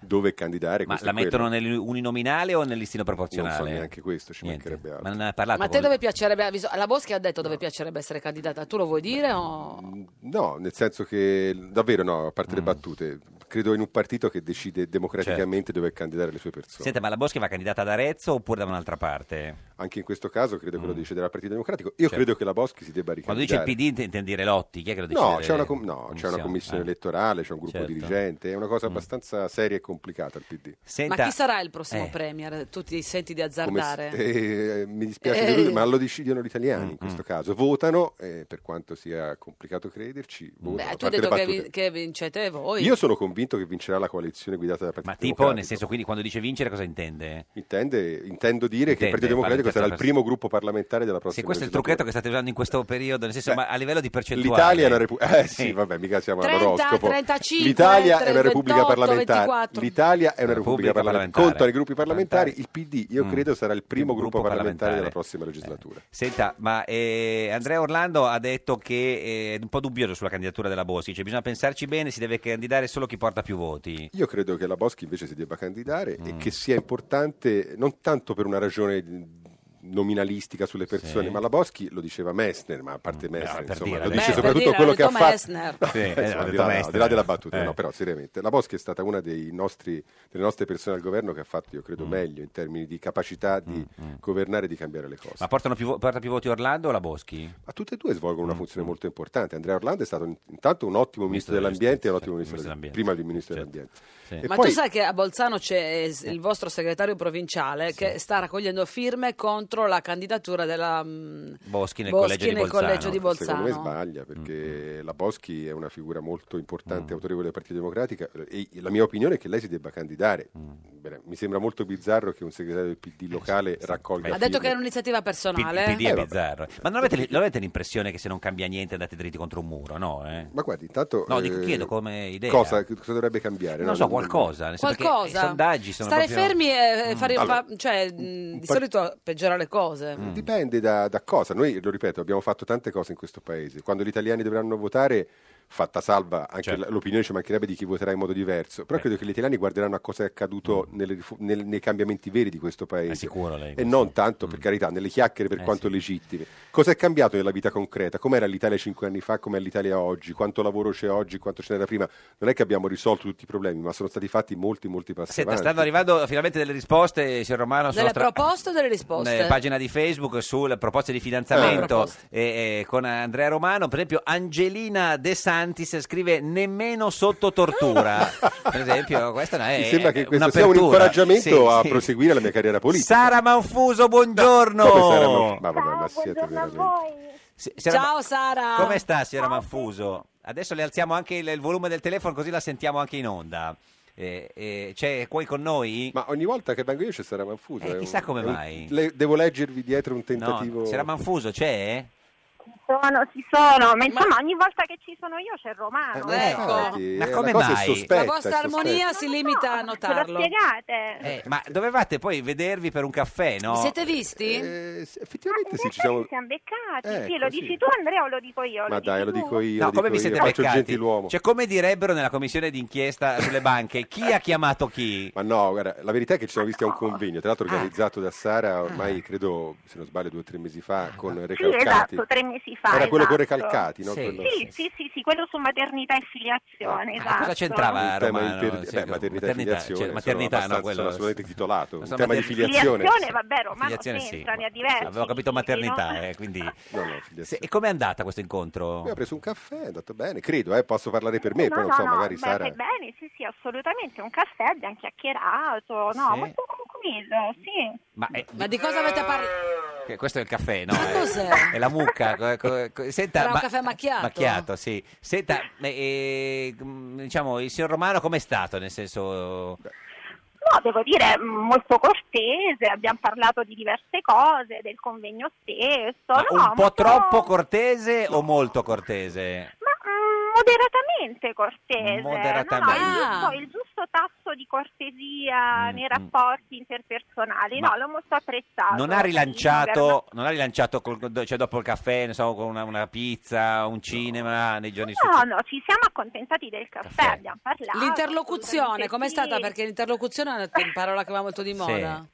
dove candidare.
Ma
questo
la
e quello.
mettono nell'uninominale o nel listino
Non
proporzionale?
so neanche questo, ci mancherebbe altro.
Ma non ne ha parlato
Ma a
con-
te dove piacerebbe, ha visto- la Boschi ha detto dove piacerebbe essere candidata, tu lo vuoi dire o...
No, nel senso che davvero no, a
Mm.
parte le battute, credo in un partito che decide democraticamente
Certo.
dove candidare le sue persone.
Senta, ma la Boschi va candidata ad Arezzo oppure da un'altra parte?
Anche in questo caso credo che lo deciderà il Partito Democratico. Io
Mm. Certo.
credo che la Boschi si debba
Quando dice il
ricandidare.
PD int- intende dire Lotti, chi è che lo eh. dice?
No, c'è una, com- no, c'è una commissione elettorale, c'è un gruppo
Certo.
dirigente, è una cosa abbastanza seria e complicata il PD.
Ma chi sarà il
Eh.
prossimo premier? Tu ti senti di
Come s-
azzardare?
eh, mi dispiace,
Eh.
dirlo, ma lo decidono gli italiani in questo caso. Votano, eh, per quanto sia complicato crederci, votano.
Beh,
a
tu hai
parte le
detto che,
battute.
vin- che vincete voi.
Io sono convinto che vincerà la coalizione guidata dal Partito
Ma tipo, nel senso, quindi quando dice vincere cosa intende?
Intende, intendo dire che
Intende,
il Partito
parla
Democratico
in
sarà il
terza
primo gruppo parlamentare della prossima
Se questo è il trucchetto che state usando in
*laughs*
questo periodo, nel senso,
Beh,
ma a livello di percentuale.
L'Italia è una repubblica. Eh sì, vabbè, mica siamo
30,
all'oroscopo.
35,
L'Italia è una
28,
repubblica parlamentare.
24.
L'Italia è
Repubblica
una repubblica parlamentare.
parlamentare.
Contano i gruppi parlamentari. Il PD, io
Mm.
credo, sarà il primo gruppo, parlamentare,
parlamentare.
della prossima legislatura.
*laughs* Senta, ma eh, Andrea Orlando ha detto che eh, è un po' dubbioso sulla candidatura della Boschi, cioè bisogna pensarci bene, si deve candidare solo chi porta più voti.
Io credo che la Boschi invece si debba candidare
Mm.
e che sia importante non tanto per una ragione nominalistica sulle persone,
Sì. Mm. Ah,
ma la Boschi lo diceva Messner, ma a parte Messner,
per
insomma,
dire,
lo
beh,
dice
per
soprattutto
dire,
quello
l'ha
che ha
detto
fatto
Messner.
No,
Sì,
insomma,
eh, l'ha detto
*laughs* al, di là, al di là
Messner.
della battuta,
Eh.
no, però seriamente, la Boschi è stata una dei nostri, delle nostre persone al governo che ha fatto, io
Mm.
credo, meglio in termini di capacità di governare e di cambiare le cose.
Ma portano più, vo- porta più voti Orlando o la Boschi?
Ma tutte e due svolgono
Mm,
una funzione molto importante. Andrea Orlando è stato in- intanto un ottimo ministro dell'ambiente e un ottimo ministro dell'ambiente, prima di ministro dell'ambiente. E
Ma tu sai che a Bolzano c'è eh, s- il vostro segretario provinciale che sta raccogliendo firme contro la candidatura della... mm,
Boschi nel
Boschi
collegio di
nel
Bolzano. Mm-hmm.
collegio di Bolzano.
Secondo me sbaglia perché la Boschi è una figura molto
Mm.
importante, autorevole del Partito Democratico e la mia opinione è che lei si debba candidare.
Mm.
Bene, Mi sembra molto bizzarro che un segretario del PD
Eh
locale raccolga
Ha detto che
firme.
era un'iniziativa personale.
PD è
Eh, vabbè.
bizzarro. Ma non avete, non avete l'impressione che se non cambia niente andate dritti contro un muro, no? eh?
Ma guardi, intanto
No, dico,
eh,
chiedo come idea.
Cosa, cosa dovrebbe cambiare?
Non
No,
so, qualcosa, nel senso che
Qualcosa.
i sondaggi sono
Stare
proprio-
fermi e eh, fare...
Allora,
fa- cioè, mm, di
par-
solito peggiora le cose.
Mm.
Dipende da, da cosa. Noi, lo ripeto, abbiamo fatto tante cose in questo paese. Quando gli italiani dovranno votare, fatta salva anche
Certo. Eh.
l- l'opinione, ci mancherebbe di chi voterà in modo diverso. Però credo che gli italiani guarderanno a cosa è accaduto nelle rifu- nel- nei cambiamenti veri di questo paese.
Mm. sicuro lei,
e
questo.
non tanto, per carità, nelle chiacchiere per
Eh,
quanto legittime. Cosa è cambiato nella vita concreta? Com'era l'Italia cinque anni fa? Com'è l'Italia oggi? Quanto lavoro c'è oggi? Quanto ce n'era prima? Non è che abbiamo risolto tutti i problemi, ma sono stati fatti molti, molti passi
Senta,
avanti.
stanno arrivando finalmente delle risposte, signor Romano, sulla
Delle
nostra
proposte o delle
eh,
risposte?
pagina di Facebook sulle proposte di
Ah,
fidanzamento
proposte.
eh, eh, con Andrea Romano. Per esempio, Angelina De Santis scrive nemmeno sotto
*laughs*
tortura. per esempio, questa è eh, una-
Mi
è-
sembra
è
che questo sia un
un'apertura.
incoraggiamento
Sì,
a
sì.
proseguire la mia carriera politica.
Sara Manfuso, buongiorno.
Come Sara Manf- ma vabbè, ma siete veramente-
Si- signora Ma-
Ciao Sara!
Come sta, signora Manfuso? Adesso le alziamo anche il, il volume del telefono così la sentiamo anche in onda. Eh, eh, c'è poi con noi?
Ma ogni volta che vengo io c'è Sara Manfuso.
Eh,
è un-
chissà come
è un-
mai.
le- devo leggervi dietro un
No,
tentativo.
Sera Manfuso c'è?
Sono, ci sono, ma insomma ogni volta che ci sono io c'è Romano.
Eh,
ecco.
infatti,
Ma
eh,
come
la cosa
mai?
È sospetta,
La vostra
è sospetta.
armonia si limita a
Ce lo
notarlo.
spiegate?
Eh, ma dovevate poi vedervi per un caffè, no?
Vi siete visti?
effettivamente Eh, sì, ci siamo.
Ci Ah, siamo beccati.
Ecco,
sì, lo
sì.
dici tu Andrea o lo dico io?
Ma dai, lo
dici tu?
dico io.
No,
lo
come
dico
vi siete
io, faccio il
beccati?
gentiluomo.
Cioè, come direbbero nella commissione d'inchiesta sulle banche,
*laughs*
chi ha chiamato chi? Ah.
Ma no, guarda, la verità è che ci siamo visti a un convegno, tra l'altro organizzato da Sara ormai, credo, se non sbaglio, due o tre mesi
Ah,
fa, con
Sì,
Recalcati.
esatto, tre mesi fa.
Era quello con
esatto.
Recalcati, no?
Sì.
Quello- Ah,
Sì, sì, sì, sì, quello su maternità e filiazione, esatto.
Cosa c'entrava
Un tema
Romano?
imperdi-
Sì,
beh, maternità, e
maternità,
filiazione.
cioè,
sono
maternità, no,
abbastanza-
quello-
sono assolutamente titolato. Un
Sono
tema di
maternità-
filiazione.
Filiazione, vabbè, Romano
Filiazione, sì.
c'entra, ne ha diversi.
Avevo capito maternità, eh, quindi... Se- e com'è andata questo incontro?
Abbiamo preso un caffè, è andato bene, credo, eh, posso parlare per me,
no,
poi non
no,
so,
no,
magari
beh,
Sara...
beh, bene, sì, sì, assolutamente. Un caffè, abbiamo chiacchierato. No,
Sì.
molto tranquillo, sì.
Ma, eh,
Ma di cosa avete parlato?
che questo è il caffè, no? Eh,
cos'è?
È la mucca. co- co- co- senta,
Era un
ma-
caffè macchiato?
Macchiato, sì. Senta, eh, eh, mh, diciamo, il signor Romano com'è stato? Nel senso...
No, devo dire, mh, molto cortese, abbiamo parlato di diverse cose, del convegno stesso.
Ma
no,
un po'
molto-
troppo cortese o molto cortese?
Ma mm, moderatamente cortese.
Moderatamente.
No, no, il,
Ah. Mm,
giusto, il giusto tasso di cortesia nei rapporti interpersonali.
Ma
no, l'ho molto apprezzato.
Non ha
Sì,
rilanciato, non ha rilanciato col- cioè dopo il caffè, ne so, con una, una pizza, un cinema nei giorni
No,
successivi?
no, ci siamo accontentati del caffè,
Caffè.
abbiamo parlato.
L'interlocuzione,
assolutamente
com'è
sì.
stata? Perché l'interlocuzione è una parola che va molto di moda.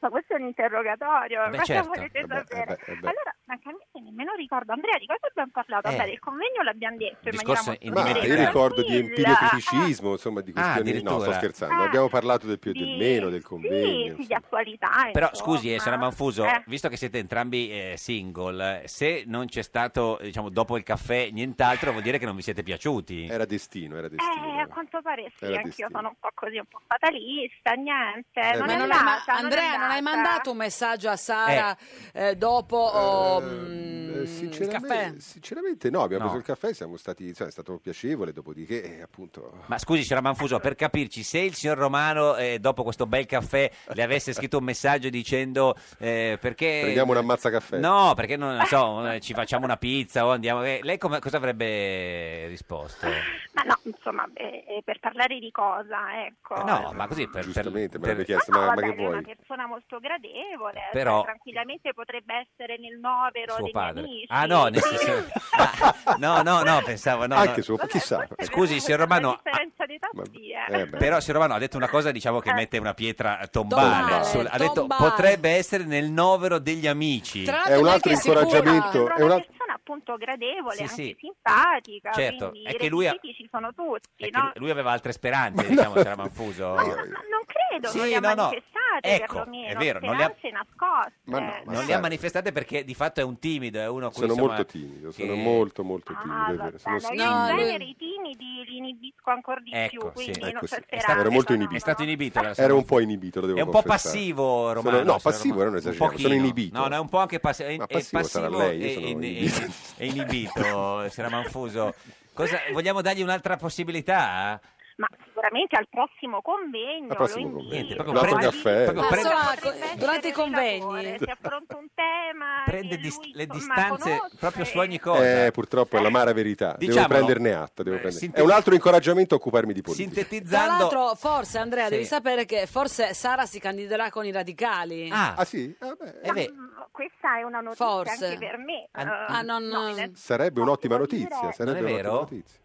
Ma questo è un interrogatorio,
Beh,
cosa
certo.
volete
Eh beh,
sapere?
eh beh, eh beh.
Allora, francamente nemmeno ricordo. Andrea, di cosa abbiamo parlato?
Eh.
Vabbè, del convegno l'abbiamo detto in maniera
Discorso
molto
in-
Ma io
Dimenticare.
ricordo di
Tranquilla.
empiriocriticismo, insomma, di
Ah,
questioni... no, sto
addirittura.
scherzando,
Ah.
abbiamo parlato del più e del
Di-
meno, del convegno.
Sì, sì, di attualità.
Però
insomma.
scusi, eh, sarà Manfuso,
Eh.
visto che siete entrambi eh, single, eh, se non c'è stato, eh, diciamo, dopo il caffè nient'altro, vuol dire che non vi siete piaciuti.
Era destino, era
Eh, a quanto pare sì,
Era
anch'io
destino.
sono un po' così, un po' fatalista, niente.
Eh,
non
ma
è
non
hai ma-
andata,
Andrea,
è
non hai
andata.
mandato un messaggio a Sara eh, dopo? eh, o, mm,
Eh,
caffè?
sinceramente, sinceramente no, abbiamo
No.
preso il caffè, siamo stati, insomma, è stato piacevole, dopodiché eh, appunto...
Ma scusi, signor Manfuso, per capirci, se il signor Romano, eh, dopo questo bel caffè, le avesse scritto un messaggio dicendo eh, perché...
Prendiamo un ammazza caffè.
No, perché non non so, eh, ci facciamo una pizza o andiamo... eh, lei come- cosa avrebbe risposto?
Ma no, insomma, eh, eh, per parlare di cosa, ecco.
Eh, no, ma così per... Giustamente,
avrebbe chiesto, Ah, ma-
No,
che
vabbè, è una
vuoi?
persona molto gradevole, cioè,
Però-
tranquillamente potrebbe essere nel novero
Suo
degli
padre.
amici.
Ah no, nel
*laughs*
senso- *laughs* Ah, no, no, no, pensavo... No,
Anche
no.
suo, chissà.
Scusi, signor Romano,
La differenza di età sì, eh.
Però, signor Romano, ha detto una cosa, diciamo che mette una pietra tombale.
Tombale,
sul- ha detto
tombale.
potrebbe essere nel novero degli amici.
Tra l'altro È un lei altro che è sicura.
incoraggiamento,
Però
è un
una
altro-
persona appunto gradevole,
Sì,
anche
sì.
simpatica,
Certo,
quindi
è
i
che lui ha-
requisiti ci sono tutti,
È
no?
che lui aveva altre speranze, diciamo, c'era Manfuso.
Eh, Non credo,
Sì,
non le ha
no, no.
manifestate
Ecco,
perlomeno,
è vero, non le ha-
speranze nascoste.
non le ha manifestate perché di fatto è un timido, è uno a cui,
Sono
insomma,
molto timido, sono
che-
molto molto
Ah,
timido. è vero,
vabbè,
sono
no,
schivo.
io in genere i timidi li inibisco ancora di più,
Ecco, sì.
quindi
Ecco,
non
sì.
c'è
È
speranza.
Era molto
no,
inibito.
È stato inibito. la
Era
signora-
un po' inibito, lo devo
È un po'
confessare.
passivo, Romano.
Sono- no,
signora
passivo era un esagero, sono
pochino.
inibito.
No, no, è un po' anche passi- è-
Ma
è
passivo sarà lei, io
e-
sono
e-
inibito.
e- è inibito, signora Manfuso. Cosa- vogliamo dargli un'altra possibilità?
Ma sicuramente al prossimo convegno
Al prossimo
lo invito.
convegno. Niente, proprio
Ma
prendo-
lì
caffè. proprio
Ma
prendo-
allora,
Durante
potrebbe
i
essere
convegni.
relatore, Si affronta un tema,
*laughs* Prende dis- le distanze proprio su ogni cosa.
Eh, purtroppo è la mara verità.
Diciamolo.
Devo prenderne atto. devo prenderne-
sintet-
È un altro incoraggiamento a occuparmi di politica.
Tra
Sintetizzando,
l'altro, forse Andrea,
Sì.
devi sapere che forse Sara si candiderà con i radicali.
Ah. Ah,
sì?
eh beh,
questa è una notizia
Forse.
anche per me.
Ah,
Eh,
ah, non-
no, in-
Sarebbe un'ottima
Non
notizia.
è
Sarebbe
vero?
un'ottima notizia.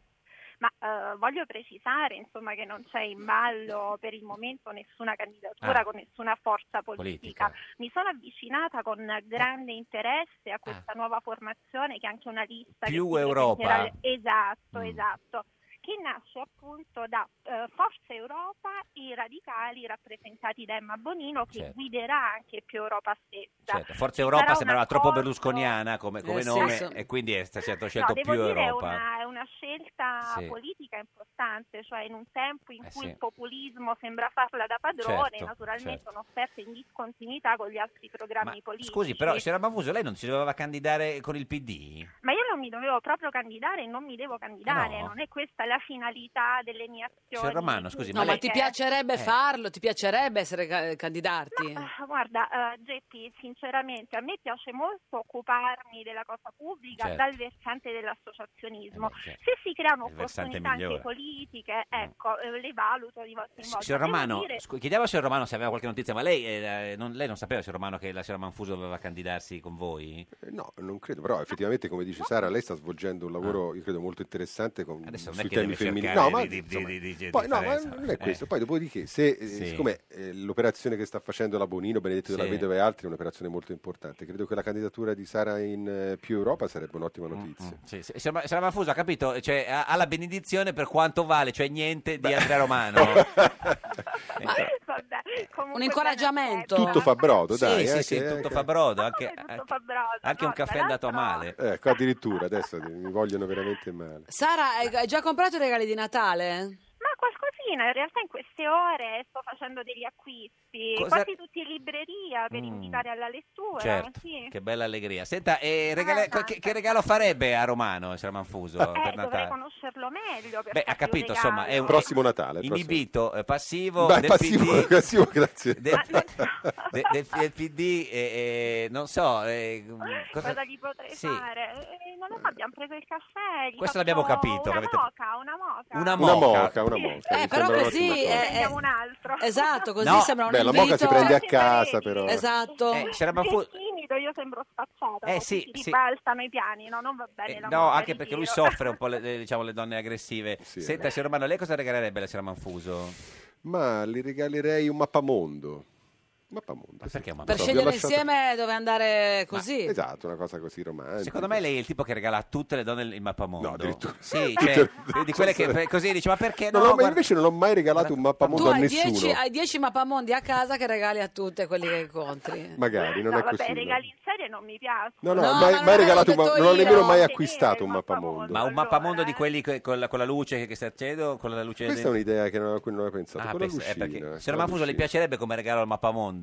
ma eh, voglio precisare insomma, che non c'è in ballo per il momento nessuna candidatura
Ah.
con nessuna forza
Politica.
politica. Mi sono avvicinata con grande interesse a questa nuova formazione che è anche una lista.
Ah. Più
che si
Europa.
presenterà alle- Esatto,
Mm.
esatto. Che nasce appunto da eh, Forza Europa e i radicali rappresentati da Emma Bonino, che
Certo.
guiderà anche più Europa stessa.
certo, Forza
Ci
Europa
sarà
sembrava
un
troppo
accordo-
berlusconiana come, come
Eh, sì,
nome
sì.
e quindi è stato scelto
no, devo
più
dire è
Europa.
una, è una scelta
Sì.
politica importante, cioè in un tempo in
Eh,
cui
sì.
il populismo sembra farla da padrone,
Certo,
naturalmente
certo.
sono offerte in discontinuità con gli altri programmi politici.
Scusi, però, signora Manfuso, lei non si doveva candidare con il PD?
Ma io non mi dovevo proprio candidare e non mi devo candidare,
No.
non è questa la finalità delle mie azioni.
Signor Romano, scusi,
No, ma
lei-
ti piacerebbe
Eh.
farlo? Ti piacerebbe essere ca- candidarti?
Ah, Guarda, eh, Geppi, sinceramente a me piace molto occuparmi della cosa pubblica
Certo.
dal versante dell'associazionismo.
Eh beh, certo.
Se si creano
Il versante
opportunità anche
migliore. Mm.
politiche, ecco, eh, le valuto di volta in volta.
Signor
Devo
Romano,
dire-
scu- chiediamo al signor Romano se aveva qualche notizia, ma lei, eh, non, lei non sapeva, signor Romano, che la signora Manfuso doveva candidarsi con voi?
Eh, No, non credo, però effettivamente come dice Sara, lei sta svolgendo un lavoro, io credo, molto interessante con,
Ah. Adesso non è
sui
che
temi
deve
femminili.
cercare
No, ma
di- di-
insomma,
di- di- di-
poi, no, ma
differenza.
non è questo.
Eh.
Poi dopodiché, se, eh,
Sì.
siccome eh, l'operazione che sta facendo la Bonino, Benedetto
Sì.
della Vedova e altri è un'operazione molto importante, credo che la candidatura di Sara in eh, più Europa sarebbe
Mm,
un'ottima notizia.
Sì, sì. Signor Ma- signora Manfuso, ha capito? Cioè, ha, ha la benedizione per quanto vale, cioè niente di Andrea Romano.
*laughs*
*laughs*
Eh,
Vabbè, comunque
Un incoraggiamento.
Tutto fa brodo,
sì,
dai. eh,
sì,
anche-
sì, tutto
anche-
fa brodo, anche,
tutto fa brodo?
anche
No,
un caffè è
tra
andato a
l'altro-
male.
Ecco, addirittura adesso mi vogliono veramente male.
Sara, hai hai già comprato i regali di Natale?
Ma qualcosina, in realtà in queste ore sto facendo degli acquisti,
Cosa-
quasi tutti in libreria per
Mm.
invitare alla lettura.
Certo,
sì.
che bella allegria. Senta, eh, regala-
Ah,
che, che regalo farebbe a Romano, signora Manfuso,
Eh,
per
dovrei
Natale?
conoscerlo meglio. per
Beh, ha
farti un
capito, insomma, è
regalo.
un
Prossimo Natale. prossimo.
inibito, eh, passivo,
Dai,
del
passivo,
PD.
*laughs* passivo, grazie.
De- *laughs* del, del PD, eh, eh, non so, eh,
Cosa,
cosa-
gli potrei
Sì.
fare? Eh, non lo so, abbiamo preso il caffè. gli
Questo
faccio
l'abbiamo capito,
Una
avete-
moca, una moca.
Una
Una
moca.
moca, una
Sì.
moca. mi
Eh, però
sembra
così
un'ottima
è-
cosa.
Prendiamo un altro.
Esatto, così
No.
sembra un
Beh, la
invito.
moca si prende a casa, però.
Esatto.
Eh, c'era Manfu-
Sei timido, io sembro spacciata.
Eh,
no?
sì,
Tutti
sì.
ribaltano i piani, no? Non va bene
Eh,
la
no,
moca,
anche perché lui
ritiro. *laughs*
soffre un po' le, le- diciamo, le donne aggressive. Senta,
vero.
signor Romano, lei cosa regalerebbe alla signora Manfuso?
Ma le regalerei un mappamondo. Mappamondo. sì.
perché un
Per
Non so, vi ho
scegliere
lasciato-
insieme dove andare così.
Esatto, una cosa così romantica.
Secondo me lei è il tipo che regala a tutte le donne il mappamondo.
No, addirittura. *laughs*
Sì, cioè, di quelle che per- così diciamo, dice, ma perché no?
Non ho mai-
guarda-
invece non ho mai regalato un
Tu
mappamondo a
hai
nessuno.
10 hai 10 mappamondi a casa che regali a tutte quelli che incontri.
Magari, non
no,
è
vabbè,
così. no.
regali in serie non mi piacciono.
No, no,
No,
mai,
ma
mai
non
regalato un
l'avevo
ma-
detto
non ho nemmeno
io.
mai
Tenere
acquistato un mappamondo.
Ma un mappamondo
eh.
di quelli che- con, la, con la luce che sta accendo, con la luce
Questa
dentro?
è un'idea che non, a cui non avevo pensato.
Ah,
Con la
pensa- eh,
lucina,
perché-
con
Signor
la
Manfuso, le
lucina.
piacerebbe come regalo al mappamondo?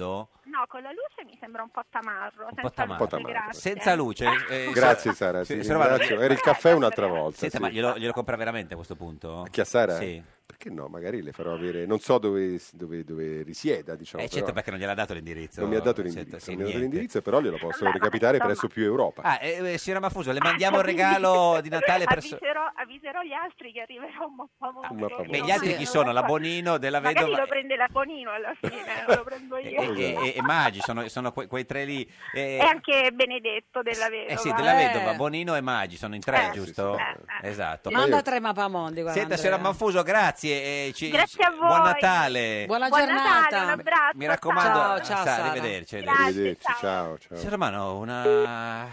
No, con la luce mi sembra un po' tamarro.
Un po' tamarro.
grazie.
Senza luce. eh,
Grazie
signora-
Sara,
sì,
ti
signora Valla-
ringrazio. Era il caffè un'altra volta.
Senta,
sì.
ma glielo, glielo compra veramente a questo punto?
Chi a Sara?
Sì.
Perché no? Magari le farò avere. Non so dove, dove- dove risieda, diciamo.
Eh, certo,
però
perché non gliel'ha dato l'indirizzo.
Non mi ha dato
Certo,
l'indirizzo,
sì,
non mi ha dato
niente.
l'indirizzo, però glielo posso recapitare presso più Europa.
Ah, eh, eh, signora Mafuso, le mandiamo
Ah,
un regalo di
*laughs*
Natale per... Ah,
avviserò, avviserò gli altri che arriverà un po' molto prima.
Beh, gli altri chi sono? La Bonino, della
Magari
Vedova Eh,
lo prende la Bonino alla
*laughs*
fine, eh, lo prendo
e,
io.
e, e- e Magi, sono, sono que- quei tre lì. Eh,
E anche Benedetto della Vedova.
eh sì, della Vedova, Bonino e Magi, sono in tre,
Eh,
giusto?
sì,
Esatto.
Manda tre mappamondi, guarda.
Senta, signora Manfuso, grazie. eh, ci-
Grazie a
ci-
voi.
Buon Natale.
Buona
Buon
giornata.
Natale, un abbraccio.
Mi raccomando, eh,
Ciao, ciao,
sa,
Sara.
arrivederci.
Grazie,
Arrivederci, ciao. ciao,
Signor Romano, una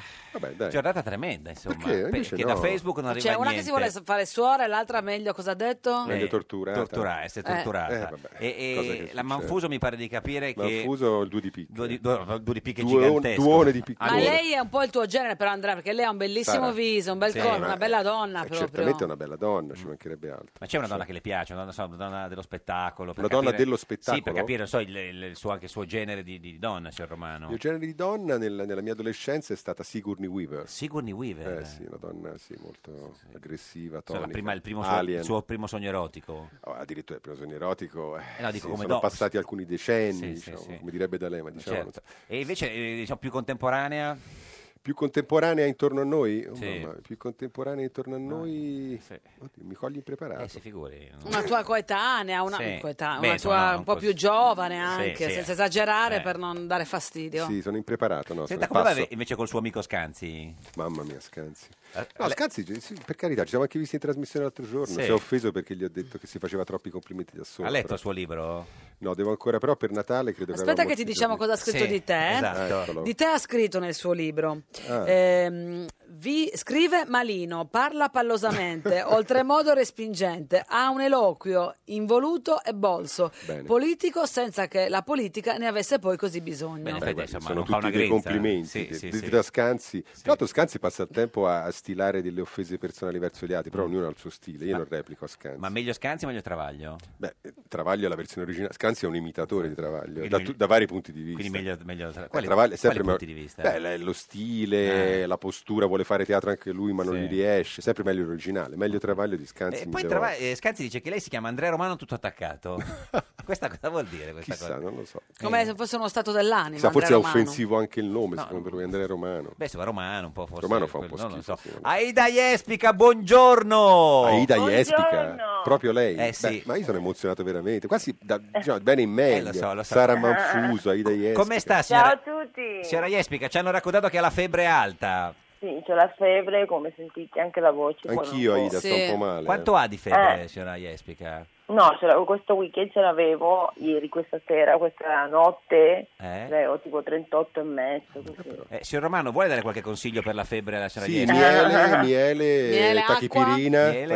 giornata tremenda, insomma.
Perché? Invece
Perché
no.
da Facebook non arriva
C'è Cioè, una
niente.
che si vuole fare suora e l'altra meglio, cosa ha detto?
Eh,
Meglio torturata.
Torturata, essere
Eh.
torturata.
cioè. Eh, vabbè,
e e
cosa che succede?
la Manfuso mi pare di capire che...
Manfuso il due di picche.
Due di, due, due di picche
Duone-
gigantesco.
duone di picche.
Ma lei è un po' il tuo genere però Andrea, perché lei ha un bellissimo
Sara.
viso, un bel
Sì,
corpo,
ma-
una bella donna
Eh,
proprio.
certamente è una bella donna, ci mancherebbe altro.
Mm. Ma c'è una donna che le piace, una donna, so, una donna dello spettacolo. per
Una donna
capire-
dello spettacolo?
Sì, per capire non so, il, il- il suo, anche il suo genere di, di donna, signor Romano.
Il mio genere di donna nel- nella mia adolescenza è stata Sigourney Weaver.
Sigourney Weaver?
Eh sì, una donna sì, molto aggressiva,
So, la
tonica.
prima- il, primo suo,
Alien.
il suo primo sogno erotico.
Oh, addirittura il primo sogno erotico. eh,
Eh, no, dico
sì,
come
sono
dopo.
passati alcuni decenni,
Sì, sì,
diciamo,
sì.
come direbbe D'Alema. Diciamo.
Certo. E invece eh, diciamo, più contemporanea?
Più contemporanea intorno a noi? Oh,
Sì.
mamma, più contemporanea intorno a noi... Oddio, mi cogli impreparato.
Eh, si figuri. no?
Una tua coetanea, una,
Sì.
coetanea,
Beh,
una
insomma,
tua
no,
un
un
po'
po'
più giovane anche,
sì,
senza
eh.
esagerare
Eh.
per non dare fastidio.
Sì, sono impreparato. No,
Senta,
sono
come
in
va
passo.
invece col suo amico Scanzi?
Mamma mia, Scanzi.
Eh,
No,
le-
Scanzi, sì, per carità, ci siamo anche visti in trasmissione l'altro giorno.
Sì.
Si è offeso perché gli ho detto che si faceva troppi complimenti da solo.
Ha letto
però.
il suo libro?
No, devo ancora, però per Natale credo
Aspetta
avevamo
che ti diciamo
giorni.
cosa ha scritto di te.
Esatto. Eccolo.
Di te ha scritto nel suo libro.
Ah.
Ehm, vi scrive malino, parla
*laughs*
pallosamente, oltremodo respingente, ha un eloquio involuto e bolso,
Bene.
politico senza che la politica ne avesse poi così bisogno.
Bene,
Beh,
effetti,
guardi,
insomma,
sono
non fa
tutti
una
dei
grezza.
complimenti
Sì,
de-
sì,
de-
sì.
da Scanzi. Tra l'altro, Scanzi passa il tempo a, a stilare delle offese personali verso gli altri, però ognuno ha il suo stile. Io non replico a Scanzi.
Mm. Ma meglio Scanzi o meglio Travaglio? Eh,
Beh, Travaglio è la versione originale. Scanzi è un imitatore di Travaglio,
Quindi
da,
meglio-
tu- da vari punti di vista.
Quindi meglio, meglio
Eh,
tra... quali,
Travaglio è sempre
quali
me-
punti di vista? Eh.
Beh, le- lo stile, la postura, vuole fare teatro anche lui, ma non
Sì.
gli riesce. Sempre meglio l'originale, meglio Travaglio di Scanzi.
E poi
mille
Trava-
volte.
eh, Scanzi dice che lei si chiama Andrea Romano tutto
*laughs*
attaccato. questa cosa vuol dire? Questa
Chissà,
cosa?
non lo so.
Come se fosse uno stato dell'anima.
Chissà, forse è
Andrea Romano.
offensivo anche il nome,
No.
secondo lui, Andrea Romano.
Beh, insomma, Romano un po' forse.
Romano fa un
quello-
po'
no, non
schifo,
so. Aida Jespica, buongiorno!
Aida Jespica, proprio lei.
Eh sì.
Beh, ma io sono emozionato veramente, quasi da, diciamo, bene in meglio.
Eh, lo so, lo so.
Sara Manfuso, Aida Jespica.
Come sta,
Ciao
Ah, signora?
a tutti.
Signora Jespica, ci hanno raccontato che ha la febbre alta.
Sì, c'ho la febbre, come sentite anche la voce.
Anch'io,
sono un po'-
Aida, sto un po' male.
Quanto ha di febbre,
Eh.
signora Jespica?
No, ce l'avevo- questo weekend ce l'avevo ieri, questa sera, questa notte,
Eh?
ne ho tipo 38 e mezzo. così.
Eh, signor Romano, vuole dare qualche consiglio per la febbre alla signora
Sì,
Jespica?
miele, miele,
Miele,
Eh, tachipirina, Eh,
acqua.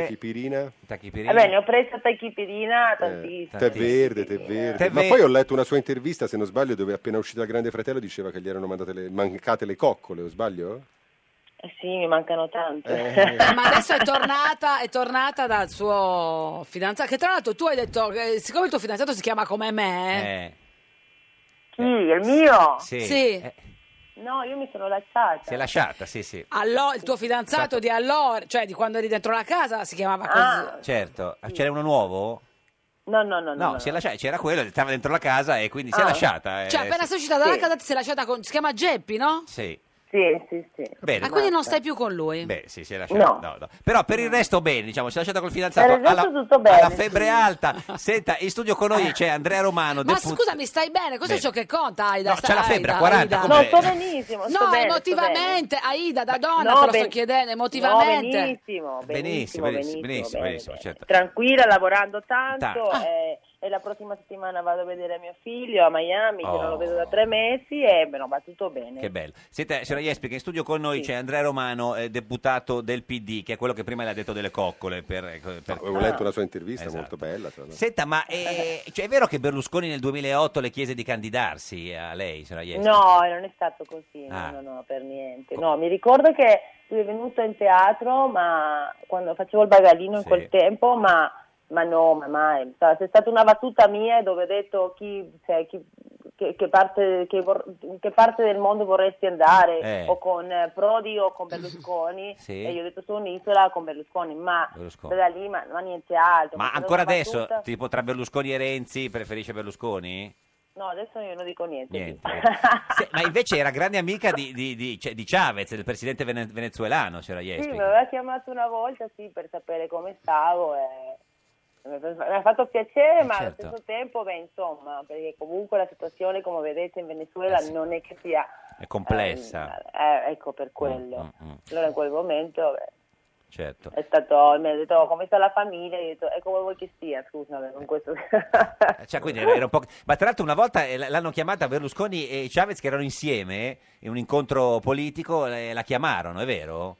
tachipirina.
Eh beh, ne ho presa tachipirina tantissimo.
Tè verde, tè verde.
Tè
Ma
ve-
poi ho letto una sua intervista, se non sbaglio, dove appena uscito dal Grande Fratello diceva che gli erano mandate le, mancate le coccole, o sbaglio?
Eh Sì, mi mancano tante.
Eh.
*laughs* Ma adesso è tornata, è tornata dal suo fidanzato. Che tra l'altro tu hai detto, che, siccome il tuo fidanzato si chiama come me,
Eh,
Chi? Il mio?
sì.
Sì.
Eh,
No, io mi sono lasciata.
si è lasciata, sì, sì.
allo- il tuo
Esatto.
fidanzato di allora, cioè di quando eri dentro la casa, si chiamava così.
Certo. Ah, C'era uno nuovo?
No, no, no.
No, si è lasciata, c'era quello, stava dentro la casa e quindi si è
Ah.
lasciata. eh,
Cioè, appena
sì.
sei uscita dalla
Sì.
casa ti sei lasciata con. Si chiama Geppi, no?
Sì.
Sì, sì, sì.
Bene.
Ma quindi non stai più con lui.
Beh, sì, si è lasciata.
No.
no, no. Però per il resto bene, diciamo, si è lasciata col fidanzato.
Per il resto
alla,
tutto bene,
alla febbre
sì.
alta. Senta, in studio con noi c'è Andrea Romano.
Eh. Ma
del Fut-
scusami, stai bene? Cos'è
Bene.
ciò che conta, Aida?
No,
Sta-
c'ha la febbre,
Aida,
40,
Aida.
No, sto benissimo. sto
No,
bene, sto
emotivamente, Aida, da donna
No,
te lo sto
ben-
chiedendo,
No,
emotivamente.
benissimo, benissimo,
benissimo,
benissimo,
benissimo,
bene,
benissimo,
bene.
certo.
Tranquilla, lavorando tanto
Tanto.
eh, e la prossima settimana vado a vedere mio figlio a Miami, che
Oh.
non lo vedo da tre mesi e beh, no, va tutto bene.
Che bello. Senta, signora Jespica, in studio con noi c'è Andrea Romano, eh, deputato del PD, che è quello che prima le ha detto delle coccole. Per, eh, per-
Avevo letto una sua intervista
Esatto.
molto bella. Tra l'altro.
Senta, ma eh, cioè, è vero che Berlusconi nel 2008 le chiese di candidarsi a lei, signora Jespica?
No, non è stato così, no,
Ah.
no, no, per niente. No, mi ricordo che lui è venuto in teatro, ma quando facevo il bagalino in
Sì.
quel tempo, ma, ma no, ma mai. Sa- C'è stata una battuta mia dove ho detto chi, cioè, chi- che, che parte, che vor- in che parte del mondo vorresti andare,
Eh.
o con eh, Prodi o con
*laughs*
Berlusconi,
Sì.
e io ho detto su un'isola con Berlusconi, ma
Berlusconi.
da lì ma, ma niente altro.
Ma
perché
ancora
dopo
adesso,
battuta-
tipo tra Berlusconi e Renzi, preferisce Berlusconi?
No, adesso io non dico niente. *laughs*
Niente. Se- ma invece era grande amica di, di, di, cioè, di Chavez, del presidente vene- venezuelano, c'era
Sì,
Jespi.
mi aveva chiamato una volta sì, per sapere come stavo e mi ha fatto piacere,
Eh,
ma
certo.
allo stesso tempo, beh, insomma, perché comunque la situazione, come vedete, in Venezuela
Eh,
non è che sia,
È complessa.
eh, ecco per quello.
Mm, mm, mm,
Allora in quel momento beh,
certo.
è stato, mi ha detto "Oh, come sta la famiglia, io ho detto e come vuoi che sia, scusami, con questo... *laughs*
Cioè, quindi era- era un po'- Ma tra l'altro una volta eh, l- l'hanno chiamata Berlusconi e Chavez che erano insieme in un incontro politico, eh, la chiamarono, è vero?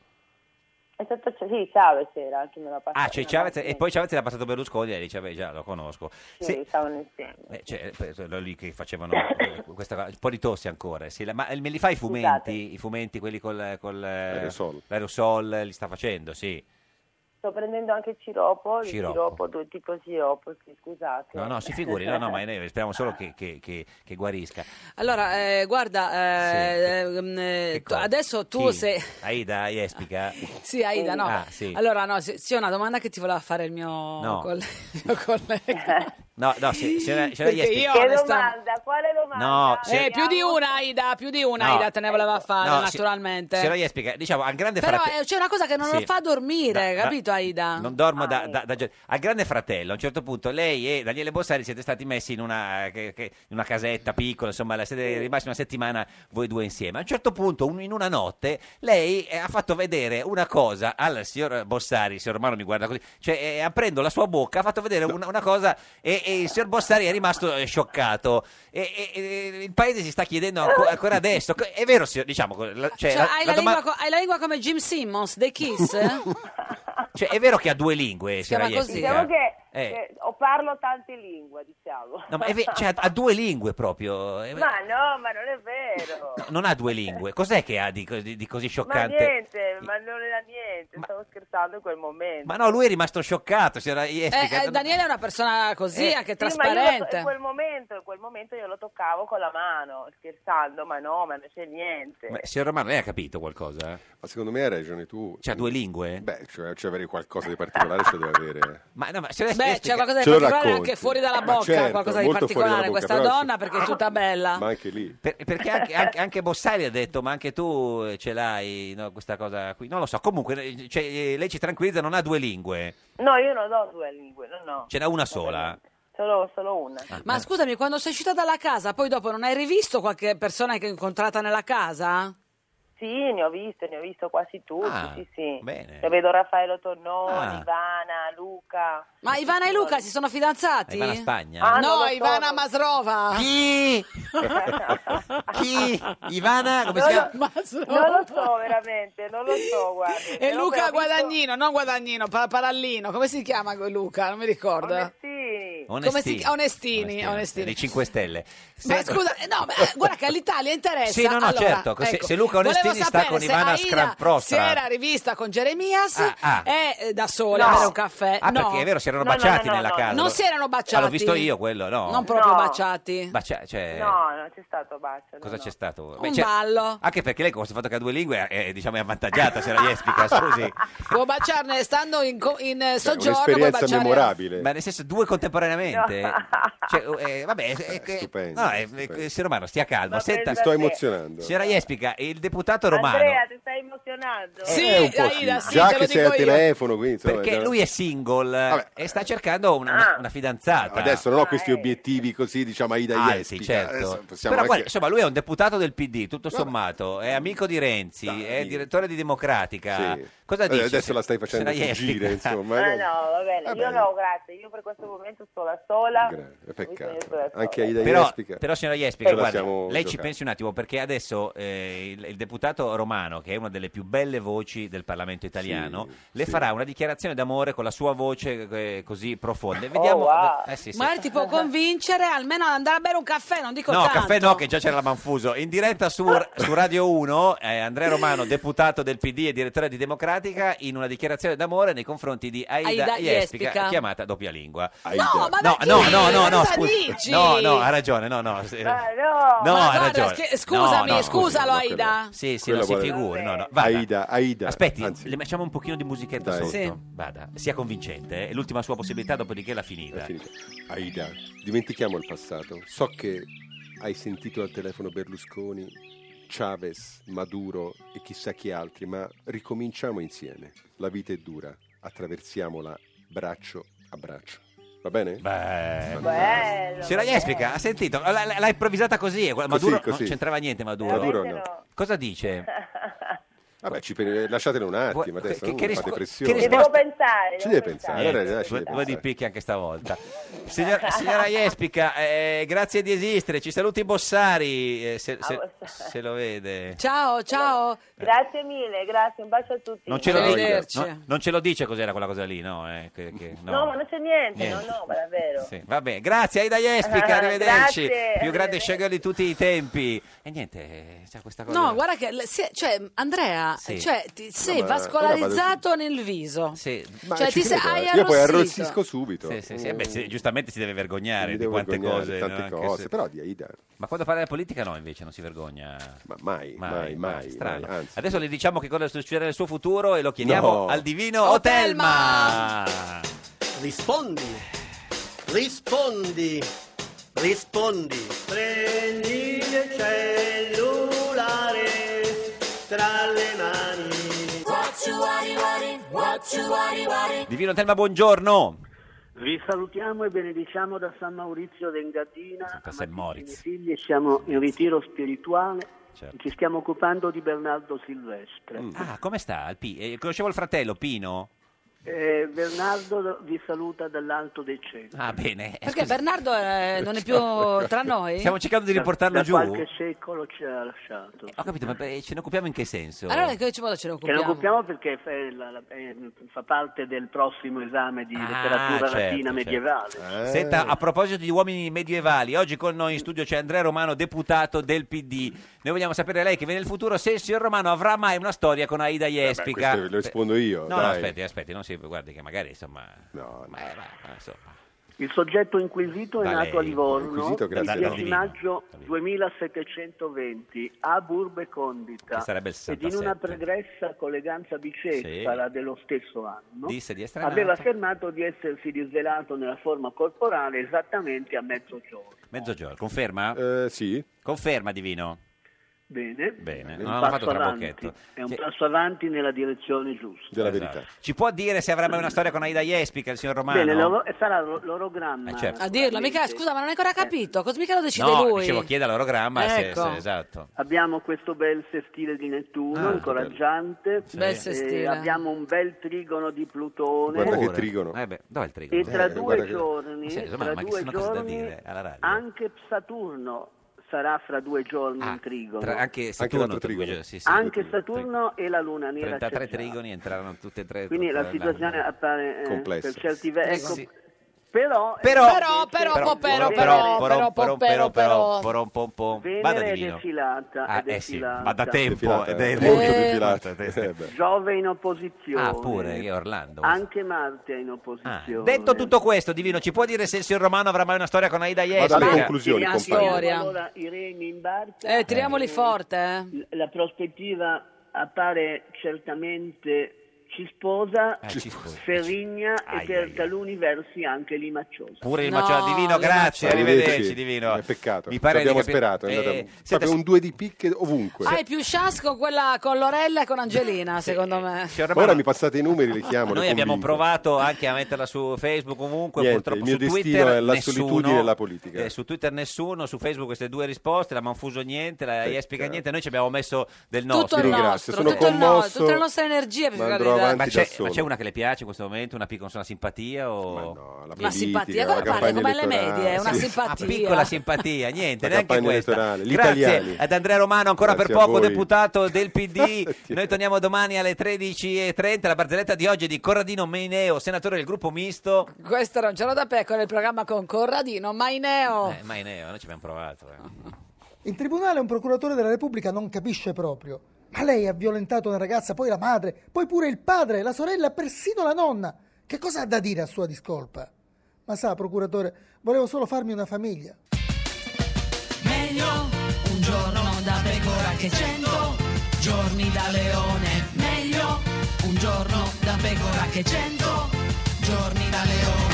è stato, cioè, sì, Chavez era anche nella passata.
Ah, cioè Chavez, e poi Chavez l'ha passato Berlusconi e lei dice, "Vabbè, già lo conosco.
Sì,
Se-
stavano insieme.
eh, cioè, eh, quello lì che facevano eh,
*laughs*
questa cosa, un po' di tosse ancora. sì, la- ma eh, me li fa i fumenti,
Scusate.
i fumenti quelli col, col, eh,
L'aerosol.
l'aerosol, eh, li sta facendo, sì.
Sto prendendo anche Ciropo, il
Sciroppo.
Ciropo, due tipo Ciropo, sì, scusate.
No, no, si figuri, no, no, ma noi speriamo solo che, che- che- che guarisca.
Allora, eh, guarda, eh, ehm, eh, tu- adesso tu
Chi?
sei...
Aida, Jespica.
*laughs* Sì, Aida, no.
Ah, sì.
Allora, no, sì- c'è una domanda che ti voleva fare il mio,
No.
coll- *laughs* il mio
*laughs*
collega.
No, no, se, se la- se la
Perché
Jespica-
io
Che
onesta-
domanda? Quale domanda?
No, se-
Eh, più di una, Aida, più di una,
No. Eh,
Aida, te ne voleva fare,
No, si-
naturalmente.
se la Jespica, diciamo, al grande
Però
fratello...
eh, c'è una cosa che non
Sì.
la fa dormire,
No,
capito,
ma-
Aida?
Non dormo da, da- da gente. Al grande fratello, a un certo punto, lei e Daniele Bossari siete stati messi in una, che- che- in una casetta piccola, insomma, la siete rimasti una settimana voi due insieme. A un certo punto, un- in una notte, lei eh, ha fatto vedere una cosa al signor Bossari, il signor Romano mi guarda così, cioè eh, aprendo la sua bocca, ha fatto vedere una, una cosa e, e il signor Bossari è rimasto eh, scioccato. E, e- e il paese si sta chiedendo
*laughs*
anco- ancora adesso, co- è vero, signor- diciamo, la- cioè,
Cioè,
la-
hai,
la
la
doma-
lingua co- hai la lingua come Jim Simmons, The Kiss?
*laughs*
Eh,
cioè, è vero che ha due lingue, signora
chiama così.
Jessica?
Diciamo che,
Eh.
che o parlo tante lingue, diciamo.
No, ma
*laughs*
è ve- cioè, ha, ha due lingue proprio. Eh,
Ma no, ma non è vero.
no, non ha due lingue. Cos'è che ha di, co- di- di così
Ma
scioccante?
niente, ma non era niente, stavo scherzando in quel momento.
Ma no, lui è rimasto scioccato. signora Jessica.
Eh, eh, Daniele è una persona così,
Eh,
anche
sì, ma io lo-
trasparente.
in, quel momento, in quel momento io lo toccavo con la mano, scherzando, ma no, ma non c'è niente.
Ma, signor Romano, lei ha capito qualcosa?
Ma secondo me hai ragione tu.
C'ha due lingue?
Beh, cioè, cioè avere qualcosa di particolare ce lo deve avere.
Ma no, ma
Beh, c'è qualcosa di
Ce lo
particolare
racconti.
anche fuori dalla
Ma
bocca,
certo,
qualcosa di
molto fuori dalla
particolare
bocca,
questa
però-
donna perché è tutta bella.
Ma anche lì.
Per- perché anche, anche- anche Bossari ha detto, ma anche tu eh, ce l'hai no, questa cosa qui. Non lo so. Comunque, eh, cioè, eh, lei ci tranquillizza, non ha due lingue.
No, io non ho due lingue, no, no,
Ce n'ha una
*laughs*
sola.
solo, solo una.
Ah, eh.
Ma scusami, quando sei uscita dalla casa, poi dopo non hai rivisto qualche persona che hai incontrata nella casa?
Sì, ne ho viste, ne ho visto quasi tutti,
Ah,
sì, sì.
bene.
Ne vedo Raffaello Tonnoni,
Ah.
Ivana, Luca.
Ma Ah, Ivana e Luca si sono fidanzati?
Ivana Spagna?
Ah, non
no,
lo so,
Ivana
non-
Masrova.
*laughs*
Chi? Chi? Ivana? Come
Non
si chiama?
lo- Non lo so veramente, non lo so, guarda.
*laughs* E
Però
Luca
ho visto-
Guadagnino, non Guadagnino, Pa- Parallino, come si chiama quel Luca? Non mi ricordo.
Onestini.
Come si- Onestini, Onestini.
Di 5 Stelle.
Ma
Senta-
scusa, eh, no, ma eh, guarda che all'Italia interessa.
Sì, no, no,
Allora, ecco,
certo, se- se Luca Onestini
volevo
sta
sapere
con
se
Ivana
Aida
Scramprostra.
Si era rivista con Jeremias
Ah, ah.
e eh, da sola
No.
a bere un caffè.
Ah,
Eh, no.
perché è vero, si erano
No, no,
baciati
no, no,
nella
no.
casa.
Non si erano baciati.
Ah, l'ho visto io quello, no.
Non proprio
No.
baciati.
Bacia- cioè,
No, non c'è stato bacio. no,
cosa
no.
c'è stato?
Un
c'è- Ah.
ballo.
Anche perché lei con questo fatto che ha due lingue è, è, diciamo, è avvantaggiata, se la
*laughs*
Jespica, scusi.
Può baciarne stando in, co- in, eh, soggiorno, puoi
Cioè, un'esperienza
baciare.
memorabile.
Ma nel senso, due contemporaneamente? Cioè, eh, vabbè, eh, eh,
stupendo,
no, eh, eh, signor Romano, stia calmo.
Ma
Senta,
Mi sto emozionando.
Signora Jespica, il deputato Romano...
Andrea, ti stai emozionando?
Sì,
Eh, un po'
Aida, sì,
Già
te lo
che sei
dico
al
io.
telefono, quindi, insomma,
Perché
già-
lui è single eh, e sta cercando una,
Ah.
una- una fidanzata.
Adesso non ho questi obiettivi così, diciamo, Aida
Alti,
Jespica.
eh. certo.
Adesso
Però
possiamo
guarda,
anche-
insomma, lui è un deputato del PD, tutto sommato, è amico di Renzi, è direttore di Democratica.
Sì.
Cosa
Eh,
dici?
adesso
se-
la stai facendo
se la Jespica- *laughs*
fuggire, insomma. eh,
Ah, no, va bene.
Va
io
bene.
no, grazie. Io per questo momento sto da sola. Eh,
Gra-
Ho visto
Peccato.
io da sola.
Anche Aida
Però,
Jespica.
però, signora Jespica,
Ce la
guardi,
siamo
lei ci
giocata.
pensi un attimo perché adesso eh, il, il deputato Romano, che è una delle più belle voci del Parlamento italiano, le farà una dichiarazione d'amore con la sua voce eh, così
Oh,
profonda. E Vediamo,
wow.
eh, sì, sì.
Magari ti può convincere almeno ad andare a bere un caffè, non dico
No,
Ecco, tanto.
caffè no, che già c'era la Manfuso. In diretta su, su Radio 1, eh, Andrea Romano, deputato del PD e direttore di Democratica, in una dichiarazione d'amore nei confronti di Aida,
Aida
Jespica,
Jespica.
chiamata doppia lingua.
No, ma
no,
perché?
no, no, no, no,
Cosa
scusi.
dici?
No, no, ha ragione, no, no.
Eh,
Eh.
sì.
no,
No,
ma
ha
guarda,
ragione.
schi- scusami,
No, no,
scusalo
scusi, no, quello-
Aida.
Sì, sì,
Quella
non si
vuole-
figuri. No, no.
Aida, Aida.
Aspetti, le facciamo un pochino di musichetta
Dai.
sotto.
Sì.
Vada, sia convincente. eh, È l'ultima sua possibilità, dopodiché la finita.
È finita. Aida, dimentichiamo il passato. So che hai sentito al telefono Berlusconi, Chavez, Maduro e chissà chi altri, ma ricominciamo insieme. La vita è dura, attraversiamola braccio a braccio. Va bene?
Bello,
*laughs*
Signora Jespica, ha sentito? L- l- L'ha improvvisata così. e guarda,
Così,
Maduro
così. Eh,
non c'entrava niente Maduro.
Maduro no.
Cosa dice?
Vabbè, ci pe- lasciatelo un attimo adesso, uh,
che-
non
che
fate
rispo-
pressione.
che
Ci devo pensare.
Ci
devo pensare.
deve pensare,
Niente,
dai, dai, ci
due,
deve
due di picchi anche stavolta. Signora, signora Jespica, eh, grazie di esistere. Ci saluti Bossari, eh, se, se- se lo vede.
Ciao, ciao.
Grazie mille, grazie, un bacio a tutti.
Non ce, lo cioè. dice, no? Non ce lo dice cos'era quella cosa lì, no? eh, che- che- no.
No, ma non c'è niente,
Niente.
no, no, ma davvero.
Sì, vabbè, grazie Aida Jespica,
Ah,
arrivederci.
grazie,
Più grande showgirl di tutti i tempi. E niente, c'è questa cosa.
No, guarda che, le- se- cioè, Andrea,
Sì.
cioè, ti sei
ma-
vascolarizzato nel viso.
Sì.
Cioè, ti sei, hai
eh. Io poi
arrossito.
arrossisco subito. Mm.
Sì, sì, sì, eh beh, sì, giustamente si deve vergognare
Mi
di
devo
quante
vergognare
cose.
di tante
no? Anche
cose, però di Aida.
Ma quando parla di politica no, invece, non si vergogna.
Ma mai, mai, mai,
strano.
mai, anzi.
Adesso le diciamo che cosa succederà nel suo futuro e lo chiediamo
No.
al divino
Otelma!
Otelma.
Ah. Rispondi, rispondi, rispondi. Prendi il cellulare tra le mani.
What you worry, worry, what you worry, worry.
Divino Otelma, buongiorno.
Vi salutiamo e benediciamo da San Maurizio d'Engadina.
Questo è
I
Moritz.
figli siamo in ritiro spirituale.
Certo.
Ci stiamo occupando di Bernardo Silvestre.
Mm.
Ah, come sta? Il Pi- eh, conoscevo il fratello Pino.
Eh, Bernardo vi saluta dall'alto dei cieli.
Ah, bene. eh,
Perché
scusi,
Bernardo eh, non è più tra noi?
Stiamo cercando di
Da-
riportarlo
da
giù.
qualche secolo ci ha lasciato.
Ho capito, ma beh, ce ne occupiamo in che senso?
Allora, che ci vado, ce ne
Ce ne
occupiamo.
occupiamo perché fa, la- la- eh, fa parte del prossimo esame di
Ah,
letteratura
certo,
latina
certo.
medievale.
Eh.
Senta, a proposito di uomini medievali, oggi con noi in studio c'è Andrea Romano, deputato del PD. Noi vogliamo sapere lei che viene nel futuro se il signor Romano avrà mai una storia con Aida Jespica.
Eh questo lo rispondo io,
No, no,
dai.
aspetti, aspetti, non si guardi che magari insomma No, ma, ma- ma, insomma.
Il soggetto inquisito è
Da
nato a
lei,
Livorno
inquisito,
il
grazie
10
Davide.
maggio 2720 a Burbe Condita
Che sarebbe il
ed in una
67.
pregressa colleganza bicefala dello stesso anno
Disse di essere
aveva
nato-
affermato di essersi disvelato nella forma corporale esattamente a mezzogiorno.
Mezzogiorno, conferma?
Eh, sì. Eh,
Conferma Divino.
Bene,
Bene,
È un
non hanno
passo
fatto
avanti.
trabocchetto.
È un passo avanti nella direzione giusta.
Esatto. Ci può dire se avrà mai una storia con Aida Jespica, il signor Romano?
Bene, l'oro- sarà l'or- l'orogramma.
Eh, certo.
A dirlo, mica, scusa, ma non hai
Eh.
ancora capito. Cosa mica lo decide
no,
lui?
dicevo, chieda l'orogramma se-
Ecco.
se- esatto.
Abbiamo questo bel sestile di Nettuno,
Ah,
incoraggiante.
Sì. Bel
Eh,
sestile.
abbiamo un bel trigono di Plutone.
Guarda che trigono.
Eh beh, dov'è il
E tra
Eh, guarda
due
che-
giorni,
Sì, insomma,
tra
ma che
due
sono cose da
giorni,
dire alla radio.
anche Saturno sarà fra due giorni in trigono.
Ah, Tra- anche Saturno,
Anche,
tra cui- sì, sì.
Saturno e la Luna nera.
33
c'è già.
trigoni entrarono tutte e tre.
Quindi la
tutte-
situazione appare eh,
Complessa.
per certi versi.
Sì.
ecco, Però,
Però,
eh,
però, però,
invece-
però, però, però, però, però, però.
Porom, pom, pom. Vada
Venere è
divino.
defilata,
Ah,
è
eh sì,
defilata.
ma da tempo.
Defilata,
ed è-
molto
Eh.
defilata. Eh, beh.
Giove in opposizione.
Ah, pure, che Orlando.
Anche Marte è in opposizione.
Detto tutto questo, Divino, ci può dire se il signor Romano avrà mai una storia con Aida Yes?
alle
conclusioni, Tiriamo compagni. storia.
Allora, i remi in barca.
Eh, tiriamoli
Eh,
forte, eh.
l- La prospettiva appare certamente cisposa,
Eh, cisposa.
ferrigna
Ai,
e per
ai, ai.
taluni versi anche limacciosa.
Pure il macciolo cioè, divino, grazie, arrivederci divino. È peccato. Mi pare
Ci abbiamo
di capire-
sperato, è andata
Eh, senta,
proprio un due di picche ovunque.
Hai più chance con quella con Lorella e con Angelina, secondo me.
signor
Ma
Romano,
Ora mi passate i numeri, li chiamo.
Noi
le
abbiamo
convinco.
provato anche a metterla su Facebook ovunque,
Niente,
purtroppo
il mio
su
destino
Twitter
è la
nessuno,
solitudine e la politica.
eh, su Twitter nessuno, su Facebook queste due risposte, la Manfuso niente, la
Eh,
Jespica niente, noi ci abbiamo messo del
Tutto
nostro.
il nostro, tutto il nostro, tutte le nostre energie per cercare di dare-
ma c'è,
da solo.
ma c'è una che le piace in questo momento, una piccola una simpatia o Ah,
Una simpatia, come parli? Come alle medie, è una simpatia.
piccola simpatia, niente,
La
neanche
campagna
questa.
elettorale, gli
Grazie
italiani.
ad Andrea Romano ancora
Grazie
per
a
poco
voi.
deputato del
*laughs*
PD. Noi torniamo domani alle 13:30 la barzelletta di oggi è di Corradino Meineo, senatore del gruppo misto.
Questo era un giorno da pecora, il programma con Corradino Maineo.
Eh, Meineo, noi ci abbiamo provato. eh.
In tribunale un procuratore della Repubblica non capisce proprio. Ma lei ha violentato una ragazza, poi la madre, poi pure il padre, la sorella, persino la nonna. Che cosa ha da dire a sua discolpa? Ma sa, procuratore, volevo solo farmi una famiglia.
Meglio un giorno da pecora che cento giorni da leone. Meglio un giorno da pecora che cento giorni da leone.